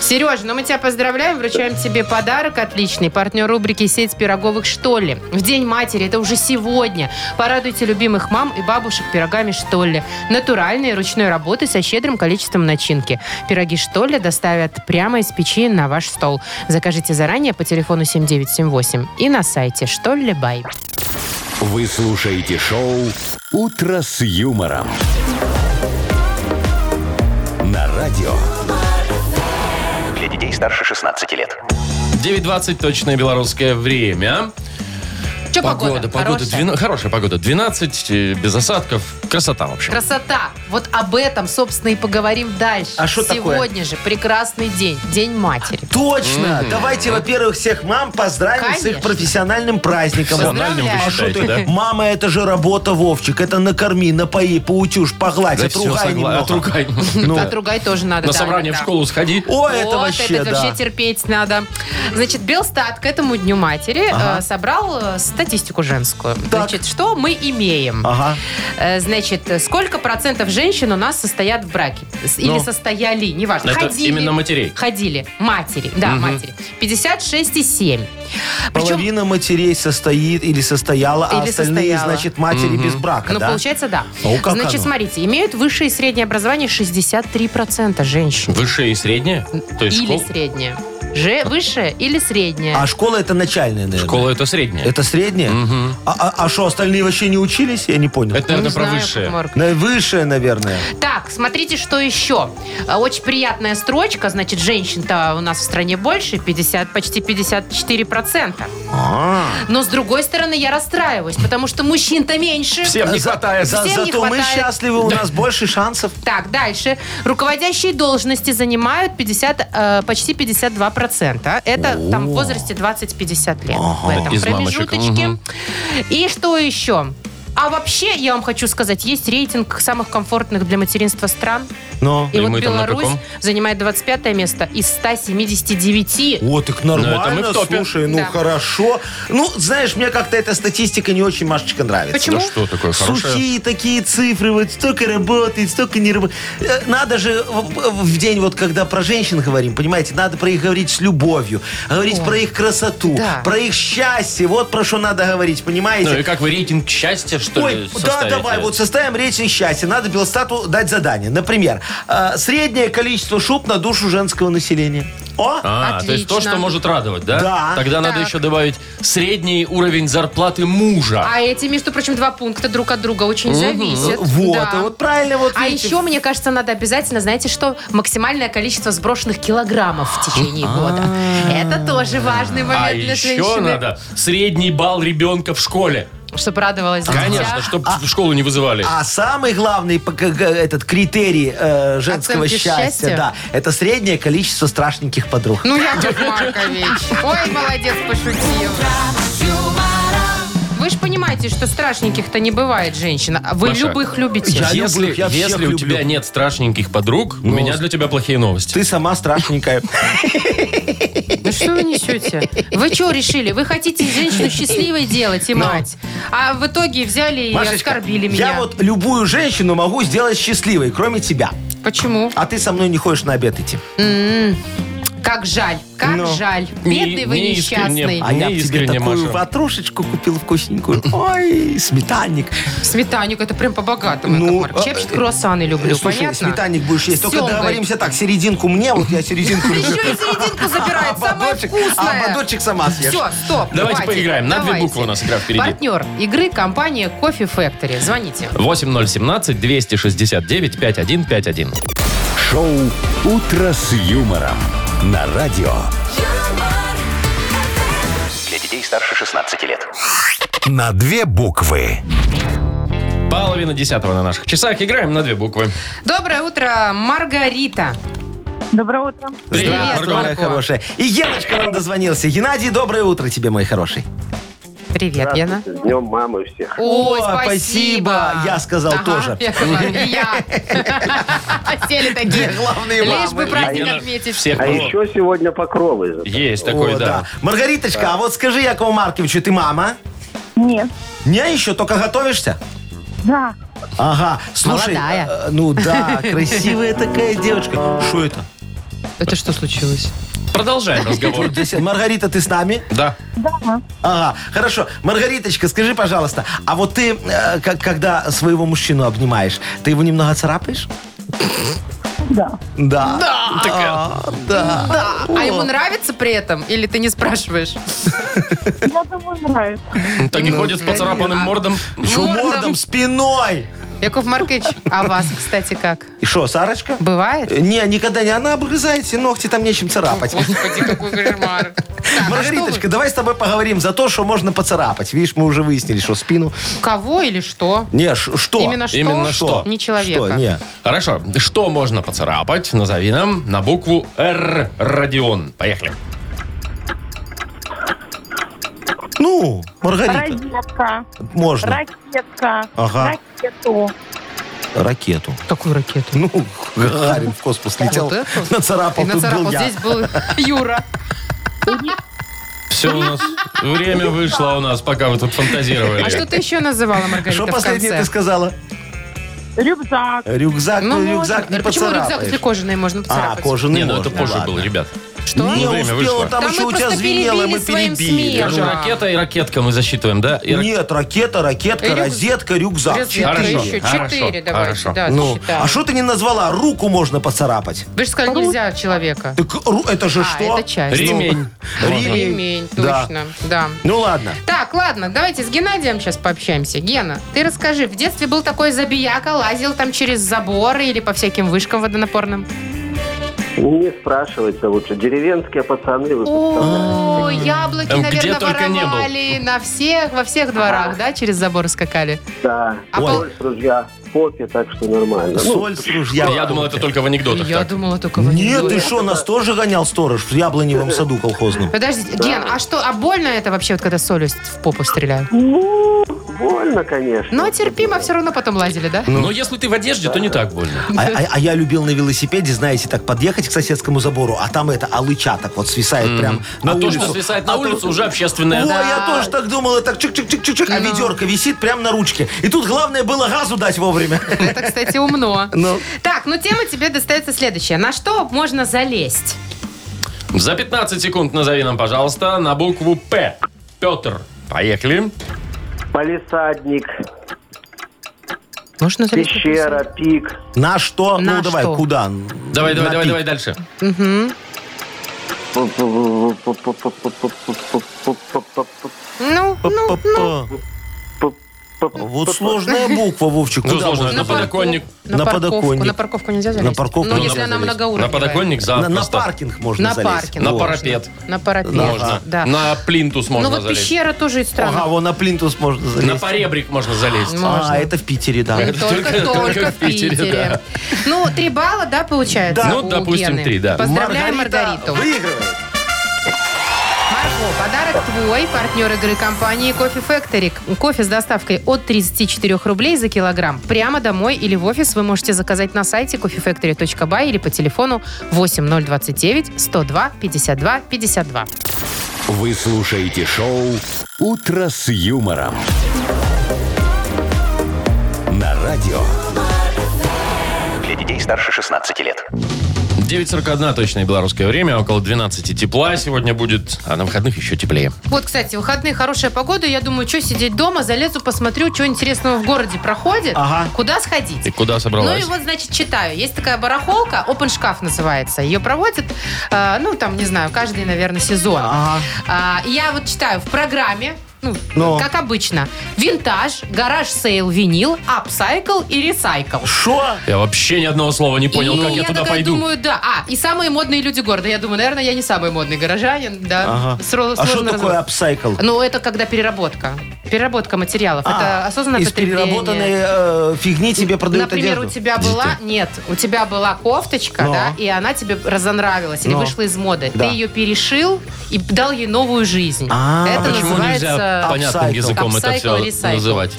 C: Сереж, ну мы тебя поздравляем, вручаем тебе подарок отличный. Партнер рубрики «Сеть пироговых что ли». В День матери, это уже сегодня. Порадуйте любимых мам и бабушек пирогами что ли. Натуральные, ручной работы со щедрым количеством начинки. Пироги что ли доставят прямо из печи на ваш стол. Закажите заранее по телефону 7978 и на сайте что ли бай.
A: Вы слушаете шоу «Утро с юмором». На радио.
E: Для детей старше 16 лет.
B: 9.20 точное белорусское время.
C: Че погода?
B: погода,
C: Хорошая?
B: двена- хорошая погода. 12 э, без осадков. Красота вообще.
C: Красота. Вот об этом, собственно, и поговорим дальше.
D: А что такое?
C: Сегодня же прекрасный день. День матери.
D: Точно! Давайте, во-первых, всех мам поздравим с
C: Конечно.
D: их профессиональным праздником.
B: Национальным вы
C: Поздравляю.
B: считаете, А да?
D: Мама, это же работа, Вовчик. Это накорми, напои, поутюж, погладь,
B: Да все,
D: отругай
B: согла-
D: немного.
B: отругай.
D: Ну.
C: Отругай тоже надо.
B: На
C: да,
B: собрание в
C: иногда.
B: школу сходи.
D: О, это
C: Вот,
D: вообще,
C: это
D: да.
C: вообще терпеть надо. Значит, Белстат к этому Дню матери э, собрал э, статистику женскую. Значит, что мы имеем?
D: Ага.
C: Э, Значит, сколько процентов женщин у нас состоят в браке? С- Или
D: Ну.
C: состояли, неважно.
B: Это
C: ходили,
B: именно матерей.
C: Ходили. Матери, да, матери. 56,7. Причем,
D: Половина матерей состоит или состояла, а
C: Или
D: остальные,
C: состояла.
D: значит, матери без брака,
C: ну,
D: да?
C: получается, да.
B: А
D: О, как
C: Значит,
D: оно.
C: смотрите, имеют высшее и среднее образование 63% женщин.
B: Высшее и среднее? То есть
C: Или
B: школ-
C: среднее. Же, высшее или среднее.
D: А школа это начальная, наверное.
B: школа это среднее.
D: Это средняя? А что, остальные вообще не учились? Я не понял.
B: Это,
C: Не
B: наверное, про
C: знаю,
B: высшее.
C: Марк.
D: На- Высшая, наверное.
C: Так, смотрите, что еще. А, Очень приятная строчка. Значит, женщин-то у нас в стране больше, 50, почти 54%.
B: А.
C: Но, с другой стороны, я расстраиваюсь, потому что мужчин-то меньше.
B: Всем не
D: За-
B: хватает.
D: за-
C: Всем не
D: зато мы
C: хватает.
D: счастливы, у нас больше шансов.
C: Так, дальше. Руководящие должности занимают 50, э, почти 52%. Это там в возрасте 20-50 лет. В этом
B: Из мамочек,
C: промежуточке.
B: мгм.
C: И что еще? А вообще, я вам хочу сказать, есть рейтинг самых комфортных для материнства стран.
D: Но.
C: И
B: И
C: вот
B: мы там на
C: Беларусь
B: каком?
C: занимает 25 место из 179.
D: Вот их
B: Ну, это мы
D: нормально,
B: в топе.
D: слушай, ну
C: Да.
D: хорошо. Ну, знаешь, мне как-то эта статистика не очень, Машечка, нравится.
C: Почему?
B: Да что такое хорошее?
D: Сухие такие цифры, вот столько работает, столько не работает. Э, Надо же в в день, вот когда про женщин говорим, понимаете, надо про их говорить с любовью, говорить про их красоту,
C: да.
D: про их счастье. Вот про что надо говорить, понимаете?
B: Ну и как вы рейтинг счастья, что ли, э?
D: Ой, да,
B: составите?
D: давай, вот составим рейтинг счастья. Надо Белстату дать задание. Например, э, среднее количество шуб на душу женского населения. О!
B: А, то есть то,
C: Отлично.
B: что может радовать, да?
D: Да.
B: Тогда надо
C: Так.
B: еще добавить средний уровень зарплаты мужа.
C: А эти, между прочим, два пункта друг от друга очень зависят.
D: Вот,
C: Да.
D: а вот правильно вот
C: А
D: видите,
C: еще, мне кажется, надо обязательно, знаете что, максимальное количество сброшенных килограммов в течение
D: А.
C: года. Это тоже важный
B: А
C: момент для
B: еще
C: женщины.
B: надо средний балл ребенка в школе.
C: Чтобы радовалась дитя.
B: Конечно, чтобы в школу не вызывали.
D: А самый главный пока- г- этот критерий э, женского
C: Оценки
D: счастья,
C: счастья?
D: да, это среднее количество страшненьких подруг.
C: Ну, Яков Маркович. Ой, молодец, пошутил. Вы же понимаете, что страшненьких-то не бывает женщин. А Вы
B: Маша,
C: любых любите. Ну
D: я
B: если
D: люблю их, я всех
B: если у
D: люблю.
B: тебя нет страшненьких подруг, у меня для тебя плохие новости.
D: Ты сама страшненькая.
C: Ну что вы несете? Вы что решили? Вы хотите женщину счастливой делать и мать. А в итоге взяли и
D: Машечка,
C: оскорбили меня.
D: Я вот любую женщину могу сделать счастливой, кроме тебя.
C: Почему?
D: А ты со мной не ходишь на обед идти.
C: Как жаль, как
D: Ну.
C: жаль.
B: Не-
C: Бедный вы
B: неискренне.
C: несчастный.
D: А я б тебе
B: Неискренне,
D: такую
B: Маша.
D: ватрушечку купил вкусненькую. Ой, сметанник.
C: Сметаник, это прям по-богатому.
D: Ну,
C: Яков Маркович. я вообще
D: э,
C: круассаны люблю,
D: Слушай,
C: Ну, понятно?
D: сметанник будешь есть. Только
C: Семгой.
D: договоримся так, серединку мне, вот я серединку
C: Еще
D: люблю.
C: и серединку забирает, самое
D: ободочек- а
C: вкусное.
D: ободочек сама съешь.
C: Все, стоп,
B: Давайте
C: хватит.
B: поиграем. На две
C: Давайте.
B: буквы у нас игра впереди.
C: Партнер игры компания Coffee Factory. Звоните.
B: 8017 269 5151.
A: Шоу «Утро с юмором» на радио.
H: юмор,
E: Для детей старше 16 лет.
A: На две буквы.
B: Половина десятого на наших часах. Играем на две буквы.
C: Доброе утро, Маргарита.
G: Доброе утро.
B: Привет,
D: Здравствуй, моя
C: Марго.
D: хорошая. И Геночка нам дозвонился. Геннадий, доброе утро тебе, мой хороший.
C: Привет, Лена.
I: С днем мамы всех.
C: Ой,
D: О, спасибо. Я сказал
C: Ага,
D: тоже.
C: Яков Маркович, и я. Сели такие.
D: главные
C: Лишь бы
D: мамы.
C: праздник
B: Лена,
C: отметить.
B: Всех
I: А
B: было.
I: еще сегодня покровы. за-
B: Есть такой,
D: О,
B: да.
D: Маргариточка, а вот скажи Якову Марковичу, ты мама?
G: Нет.
D: Не, еще только готовишься?
G: Да.
D: Ага, слушай,
C: Молодая.
D: э, ну да, красивая такая девочка. Что это?
C: Это что случилось?
B: Продолжаем разговор.
D: Вот здесь, Маргарита, ты с нами?
B: Да.
D: Ага, хорошо. Маргариточка, скажи, пожалуйста, а вот ты, э, к- когда своего мужчину обнимаешь, ты его немного царапаешь?
G: Да.
D: Да.
B: Такая,
D: А, да.
C: А ему нравится при этом? Или ты не спрашиваешь?
G: Я думаю, нравится.
B: Так и ходит с поцарапанным мордом.
D: Еще
C: Мордом.
D: мордом, спиной.
C: Яков Маркович, а вас, кстати, как?
D: И что, Сарочка?
C: Бывает?
D: Э, Не, никогда не она обгрызает себе ногти, там нечем царапать.
C: Господи, какой кошмар. Так, а что
D: Маргариточка, давай с тобой поговорим за то, что можно поцарапать. Видишь, мы уже выяснили, что спину.
C: вы- Кого или что?
D: Не, ш- что?
C: Именно что?
B: Именно что?
C: Не человека.
D: Что? Не.
B: Хорошо. Что можно поцарапать? Назови нам на букву Р. Родион. Поехали.
D: Ну, Маргарита,
G: Розетка.
D: можно.
G: Ракетка.
D: Ага.
G: Ракету.
D: Ракету.
C: Такую ракету.
D: Ну, Гагарин в космос летел.
C: Вот эту?
D: Нацарапал,
C: И
D: тут был
C: нацарапал.
D: я.
C: Здесь был Юра.
B: Все у нас. Время вышло у нас, пока вы тут фантазировали.
C: А что ты еще называла, Маргарита,
D: Что
C: в конце?
D: последнее ты сказала?
G: Рюкзак.
D: Рюкзак,
C: Ну,
D: ну,
C: можно.
D: рюкзак не
C: Почему рюкзак, если
D: поцарапаешь.
C: кожаный, можно
D: А,
C: поцарапать?
D: кожаный
B: Не, ну это
D: можно,
B: позже
D: ладно.
B: было, ребят.
C: Что?
D: Не
B: Ну, время вышло.
D: успела, там
C: Да
D: еще
C: мы
D: у тебя
C: просто
D: звенело, мы
C: перебили своим
D: перебили.
C: смехом.
B: Короче,
C: Да.
B: ракета и ракетка мы засчитываем, да? И рак-
D: Нет, ракета, ракетка,
C: И рюк-
D: розетка, рюкзак.
C: Резетка
B: Хорошо,
C: Э, еще.
B: хорошо,
C: Четыре давайте,
B: хорошо.
C: да,
D: Ну,
C: засчитаем.
D: а что ты не назвала? Руку можно поцарапать.
C: Вы же сказали, нельзя человека.
D: Так ру- это же
C: А,
D: что? Ну,
C: это часть.
B: Ремень.
D: Ремень.
C: Ремень,
D: Да.
C: точно, да.
D: Ну ладно.
C: Так, ладно, давайте с Геннадием сейчас пообщаемся. Гена, ты расскажи, в детстве был такой забияка, лазил там через заборы или по всяким вышкам водонапорным?
I: Не спрашивайте лучше. Деревенские пацаны вы
C: О, яблоки,
B: А. Там где
C: наверное,
B: только не был.
C: воровали на всех, во всех дворах, да, через заборы скакали?
I: Да.
C: А
I: Ой.
C: пол-
I: Соль с ружья в попе, так что нормально. Ну,
D: Соль с ружья.
B: Я думал, это только в анекдотах.
C: Я
B: так.
C: думала только в
D: Нет,
C: анекдоте.
D: ты что, нас тоже гонял сторож в яблоневом саду колхозном.
C: Подожди, Ген, а что, а больно это вообще, вот когда солью с- в попу стреляют?
I: ну, больно, конечно.
C: Но терпимо, все равно потом лазили, да?
B: Но если ты в одежде, то не так больно.
D: А, а- а я любил на велосипеде, знаете, так подъехать к соседскому забору, а там это алыча так вот свисает прям на
B: А то,
D: улицу.
B: что свисает на
D: А то-
B: улицу, уже
D: Ой,
B: общественное.
D: я тоже так думала, так чик-чик-чик-чик-чик, а
C: Ну.
D: ведерко висит прям на ручке. И тут главное было газу дать вовремя.
C: Это, кстати, умно.
D: Ну.
C: Так, ну тема тебе достается следующая. На что можно залезть?
B: За 15 секунд назови нам, пожалуйста, на букву П. Петр. Поехали.
I: Полисадник,
C: Можно
I: пещера, пик.
D: На что?
C: На
D: ну давай,
C: что?
D: куда?
B: Давай, давай,
D: На
B: давай,
D: пик.
B: давай дальше.
C: Ну, ну, ну.
D: Па-па-па. Вот сложная буква, Вовчик.
B: Ну,
D: Куда
B: сложно,
D: можно?
B: на подоконник.
C: На,
D: На
C: парковку.
D: подоконник.
C: На парковку нельзя залезть?
D: На парковку
C: Ну,
D: нельзя
C: если она
D: залезть.
B: На
C: многоуровневая.
B: паркинг
D: На, на
B: запросто.
D: паркинг можно
C: На
D: залезть.
C: паркинг.
B: На
C: можно.
B: парапет.
C: На парапет.
B: Можно.
C: Да.
B: На плинтус можно
C: ну вот
B: залезть.
C: пещера тоже и
D: Ага,
C: странно.
D: вон на плинтус можно
B: На
D: залезть.
B: поребрик можно залезть.
C: Ну. можно.
D: А, это в Питере, да.
B: Это только-
C: Только, только в Питере.
B: да.
C: Ну, три балла, да, получается?
B: Да. Ну,
C: у
B: допустим,
C: Гены?
B: три, да.
C: Поздравляем Маргариту.
D: выигрывает.
C: Марго, подарок твой, партнер игры компании Кофе Factory. Кофе с доставкой от 34 рублей за килограмм. Прямо домой или в офис вы можете заказать на сайте coffeefactory.by или по телефону 8029 102 52 52.
A: Вы слушаете шоу «Утро с юмором». На радио.
E: Для детей старше 16 лет.
B: 9.41 точное белорусское время, около 12 тепла сегодня будет, а на выходных еще теплее.
C: Вот, кстати, выходные хорошая погода. Я думаю, что сидеть дома, залезу, посмотрю, что интересного в городе проходит,
D: Ага.
C: куда сходить.
B: Ты куда
C: Ну и
B: собралась?
C: вот, значит, читаю. Есть такая барахолка, Open шкаф называется. Ее проводят, э, ну, там, не знаю, каждый, наверное, сезон.
D: Ага.
C: А, и я вот читаю в программе, ну,
D: Ну.
C: как обычно, винтаж, гараж сейл, винил, апсайкл и ресайкл.
D: Шо?
B: Я вообще ни одного слова не понял,
C: И
B: как я туда
C: такая
B: пойду.
C: думаю, да. А, и самые модные люди города. Я думаю, наверное, я не самый модный горожанин, да.
D: Ага.
C: Сро-
D: А что
C: сложно
D: такое
C: разобраться.
D: апсайкл?
C: Ну, это когда переработка. Переработка материалов. это
D: А,
C: осознанное
D: Из
C: потребление.
D: переработанной э, фигни тебе продают
C: Например,
D: одежду?
C: у тебя была, нет, у тебя была кофточка,
D: Но.
C: да, и она тебе разонравилась или
D: Но.
C: вышла из моды.
D: Да.
C: Ты ее перешил и дал ей новую жизнь.
D: А,
C: это
B: Почему
C: называется...
B: нельзя понятным
D: upcycle.
B: языком это
C: Upcycle,
B: все
C: recycle.
B: называть?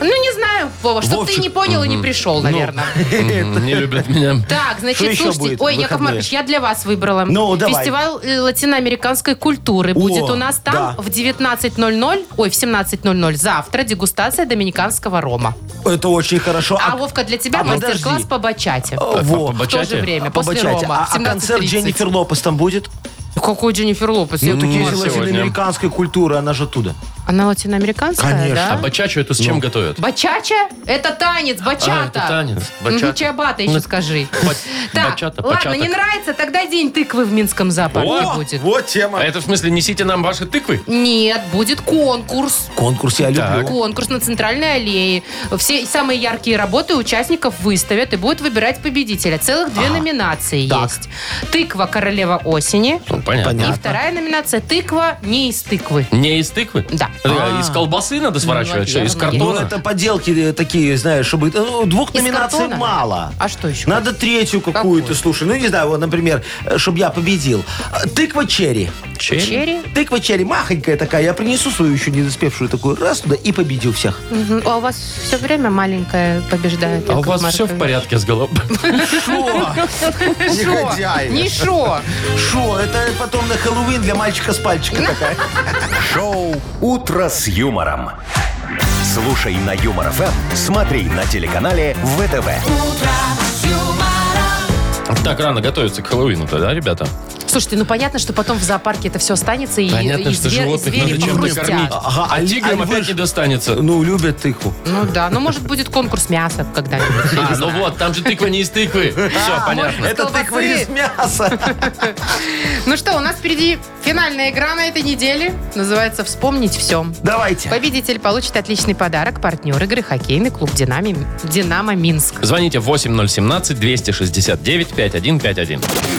C: Ну, не знаю, Вова, чтоб
D: Вовчик,
C: ты не понял и не
D: Ну,
C: пришел, наверное.
B: М, Не любят меня.
C: Так,
D: Что
C: значит,
D: еще
C: слушайте,
D: будет в
C: ой, Яков
D: выходные?
C: Маркович, я для вас выбрала.
D: Ну, давай.
C: Фестиваль э, латиноамериканской культуры будет у нас там
D: да.
C: в 19.00, ой, в 17.00 завтра дегустация доминиканского рома.
D: Это очень хорошо.
C: А, Вовка, для тебя
D: а подожди.
C: мастер-класс по бачате.
D: Э, во.
C: В то же время, после
D: Побачайте.
C: Рома,
D: А, а
C: в 17.30.
D: концерт Дженнифер Лопес там будет?
C: Какой Дженнифер Лопес? Я
D: Ну,
C: такие
D: такие
B: сегодня.
D: американской культуры, она же оттуда.
C: Она латиноамериканская,
D: Конечно.
B: А
C: да?
B: бачачу это с чем готовят?
C: Бачача? Это танец, бачата.
B: А, это танец.
C: Мгм,
B: Бачата.
C: Чиабата еще
B: Ну,
C: скажи.
B: ба-
C: Так,
B: бачата,
C: ладно,
B: бачаток.
C: не нравится, тогда день тыквы в Минском зоопарке
B: О,
C: будет.
D: Вот тема.
B: А это в смысле несите нам ваши тыквы?
C: Нет, будет конкурс.
D: Конкурс я
B: Так.
D: люблю.
C: Конкурс на центральной аллее. Все самые яркие работы участников выставят и будут выбирать победителя. Целых
B: А.
C: две номинации
D: так.
C: есть. Тыква королева осени.
B: Ну, понятно.
D: Понятно.
C: И вторая номинация тыква не из тыквы.
B: Не из тыквы?
C: Да.
B: А, Из колбасы надо сворачивать, что, из
C: наверное.
D: Ну,
B: картона?
D: это поделки э, такие, знаешь, чтобы... э, ну, Двух
C: Из
D: номинаций
C: картона?
D: мало.
C: А что еще?
D: Надо третью какую-то,
C: Какую?
D: слушай. Ну, не знаю, вот, например, чтобы я победил. Э, Тыква черри.
B: Черри?
C: Черри?
D: Тыква черри махонькая такая. Я принесу свою еще не доспевшую такую раз туда и победил всех.
C: Мгм. А у вас все время маленькая побеждает.
B: А у
C: Яков
B: вас все в
C: Маркович?
B: порядке с головой?
D: Шо?
C: Шо?
D: Негодяи.
C: Не шо.
D: Шо? Это потом на Хэллоуин для мальчика с пальчика такая.
A: Шоу «Утро с юмором». Слушай на Юмор ФМ, смотри на телеканале ВТВ.
B: Так рано готовится к Хэллоуину-то, да, ребята?
C: Слушайте, ну понятно, что потом в зоопарке это все останется. И,
B: Понятно,
C: и
B: что
C: звер- и
B: животных
C: звери
B: надо чем-то
C: похрустят.
B: кормить.
D: Ага,
B: А
D: а
B: тиграм
D: ль- а львы
B: опять
D: ж-
B: не достанется.
D: Ну, любят тыкву.
C: Ну да, ну может будет конкурс мяса когда-нибудь.
B: А, ну вот, там же тыква не из тыквы. Все, понятно.
D: Это
C: колбасы.
D: тыква из мяса.
C: Ну что, у нас впереди финальная игра на этой неделе. Называется «Вспомнить все».
D: Давайте.
C: Победитель получит отличный подарок. Партнер игры – хоккейный клуб «Динамо, Динамо Минск».
B: Звоните 8017-269-5151.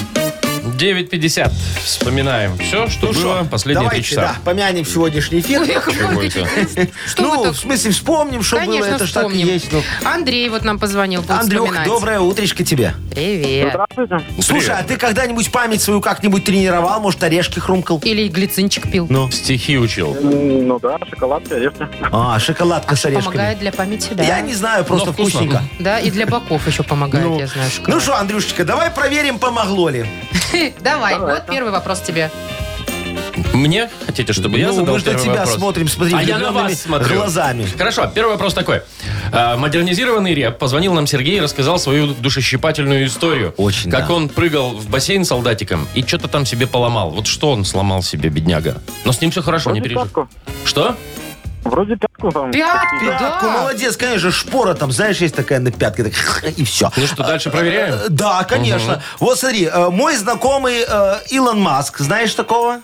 B: 9.50. Вспоминаем все, что
D: Ну
B: было
D: шо,
B: последние три
D: давайте,
B: часа.
D: да, помянем сегодняшний
C: Ну,
D: эфир.
B: Чего это?
C: Что вы
D: Ну,
C: так-
D: в смысле, вспомним, что было.
C: Конечно,
D: Это ж так и
C: вспомним.
D: есть. ну.
C: Андрей вот нам позвонил, будет
D: Андрюх,
C: вспоминать.
D: доброе утречко тебе.
C: Привет.
G: Здравствуйте.
D: Слушай, а ты когда-нибудь память свою как-нибудь тренировал? Может, орешки хрумкал?
C: Или глицинчик пил.
D: Ну.
B: Стихи учил.
G: М, Ну да, шоколадки, орешки.
D: А, шоколадка с орешками.
C: Помогает для памяти, да.
D: Я не знаю,
B: Но
D: просто
B: вкусно.
D: вкусненько.
C: Да, и для боков еще помогает, я знаю.
D: Ну
C: шоколад.
D: что, Андрюшечка, давай проверим, помогло ли.
C: Давай, вот первый вопрос тебе.
B: Мне хотите, чтобы я
D: Ну,
B: задал
D: мы ж на
B: первый
D: тебя
B: вопрос?
D: смотрим, смотри,
B: а я на
D: влюбленными
B: вас смотрю.
D: глазами.
B: Хорошо, первый вопрос такой. А, Модернизированный реп позвонил нам Сергей и рассказал свою душещипательную историю.
D: Очень,
B: Как
D: да.
B: он прыгал в бассейн солдатиком и что-то там себе поломал. Вот что он сломал себе, бедняга. Но с ним все хорошо, не
G: Вроде
B: переживай.
G: пятку.
B: Что?
G: Вроде пятку там.
C: Пятку,
D: Пятку,
C: да.
D: молодец, конечно, шпора там, знаешь, есть такая на пятке, так, и все.
B: Ну что, дальше проверяем?
D: Да, конечно. Вот смотри, э, мой знакомый э, Илон Маск, знаешь такого?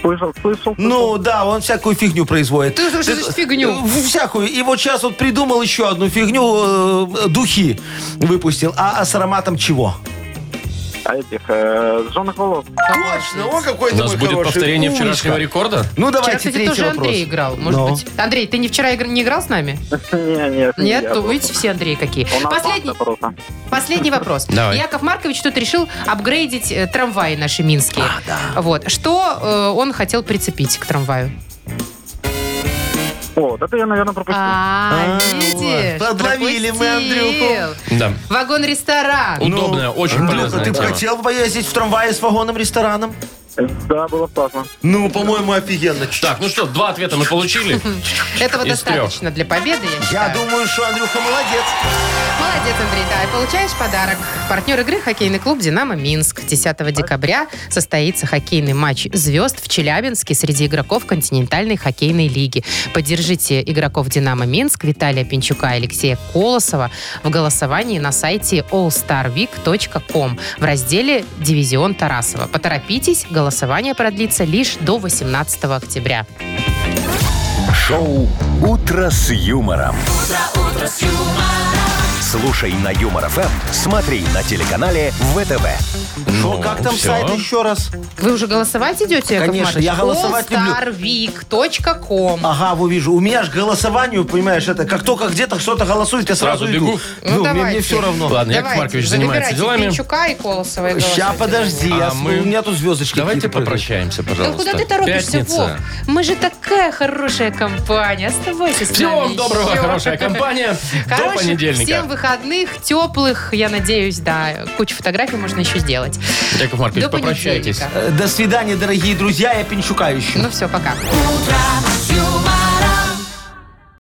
G: Слышал, слышал.
D: Ну да, он всякую фигню производит.
C: Ты слушай, значит, фигню.
D: э, Всякую. И вот сейчас вот придумал еще одну фигню, э, духи выпустил. А, а с ароматом чего?
G: А этих, э, жжёных волос.
D: Точно, он какой-то
B: У нас
D: мой
B: будет
D: хороший.
B: повторение
D: Умничка.
B: вчерашнего рекорда.
D: Ну
C: Вчера,
D: давайте
C: кстати,
D: третий
C: тоже
D: вопрос.
C: Андрей играл, может
D: Ну.
C: быть. Андрей, ты не вчера игр- не играл с нами?
G: Не, нет, не я
C: Нет, то
G: просто.
C: видите, все Андрей какие.
G: У нас
C: Последний,
G: банда просто.
C: последний вопрос.
B: Давай.
C: Яков Маркович тут решил апгрейдить э, трамваи наши минские.
D: А,
C: Вот. Что э, он хотел прицепить к трамваю?
G: Вот, это я, наверное, пропустил.
C: А,
D: А,
C: видишь?
D: вот. Подловили мы Андрюху.
C: пропустил.
B: Да.
C: Вагон-ресторан.
B: Удобная, очень
D: Ну, Андрюха,
B: полезная
D: ты бы
B: тема.
D: хотел поездить в трамвае с вагоном-рестораном?
G: Да, было классно.
D: Ну, по-моему, офигенно.
B: Так, ну что, два ответа мы получили.
C: Этого
B: Из
C: достаточно для победы, я
D: Я
C: считаю.
D: думаю, что Андрюха молодец.
C: Молодец, Андрей, да. И получаешь подарок. Партнер игры хоккейный клуб «Динамо Минск». 10 декабря состоится хоккейный матч звезд в Челябинске среди игроков континентальной хоккейной лиги. Поддержите игроков «Динамо Минск» Виталия Пинчука и Алексея Колосова в голосовании на сайте allstarweek.com в разделе «Дивизион Тарасова». Поторопитесь, голосование продлится лишь до 18 октября.
A: Шоу «Утро с юмором». Слушай на Юмор ФМ, смотри на телеканале ВТВ.
D: Что, как там
B: Ну, всё.
D: сайт еще раз?
C: Вы уже голосовать идете, Яков
D: Конечно,
C: Маркович?
D: я голосовать люблю.
C: allstarweek.com
D: Ага, вот вижу. У меня же голосованию, понимаешь, это как только где-то кто-то голосует, я сразу,
B: Сразу
D: иду.
B: бегу.
C: Ну,
D: мне- мне,
C: давайте.
D: все равно.
B: Ладно, Ну, Яков
C: Давайте,
B: Маркович
C: вы
B: занимается
C: выбирайте
B: делами.
C: Пинчука и Колосова. и
D: Ща,
C: голосуйте.
D: подожди, я
B: А
D: с-
B: мы-
D: у меня тут звездочки.
B: Давайте
D: какие-то прыгают.
B: пожалуйста. попрощаемся,
C: Да
B: пожалуйста.
C: куда ты торопишься, Вов?
B: Пятница.
C: Мы же такая хорошая компания. Оставайся с
B: Всего
C: нами
B: вам доброго,
C: еще.
B: хорошая компания. До
C: Хороших всем
B: понедельника.
C: выходных, теплых, я надеюсь, да. Кучу фотографий можно еще сделать.
B: Яков Маркович,
C: До
B: попрощайтесь.
C: понедельника.
D: Э, До свидания, дорогие друзья, я Пинчука ищу.
C: Ну все, пока.
H: юмор.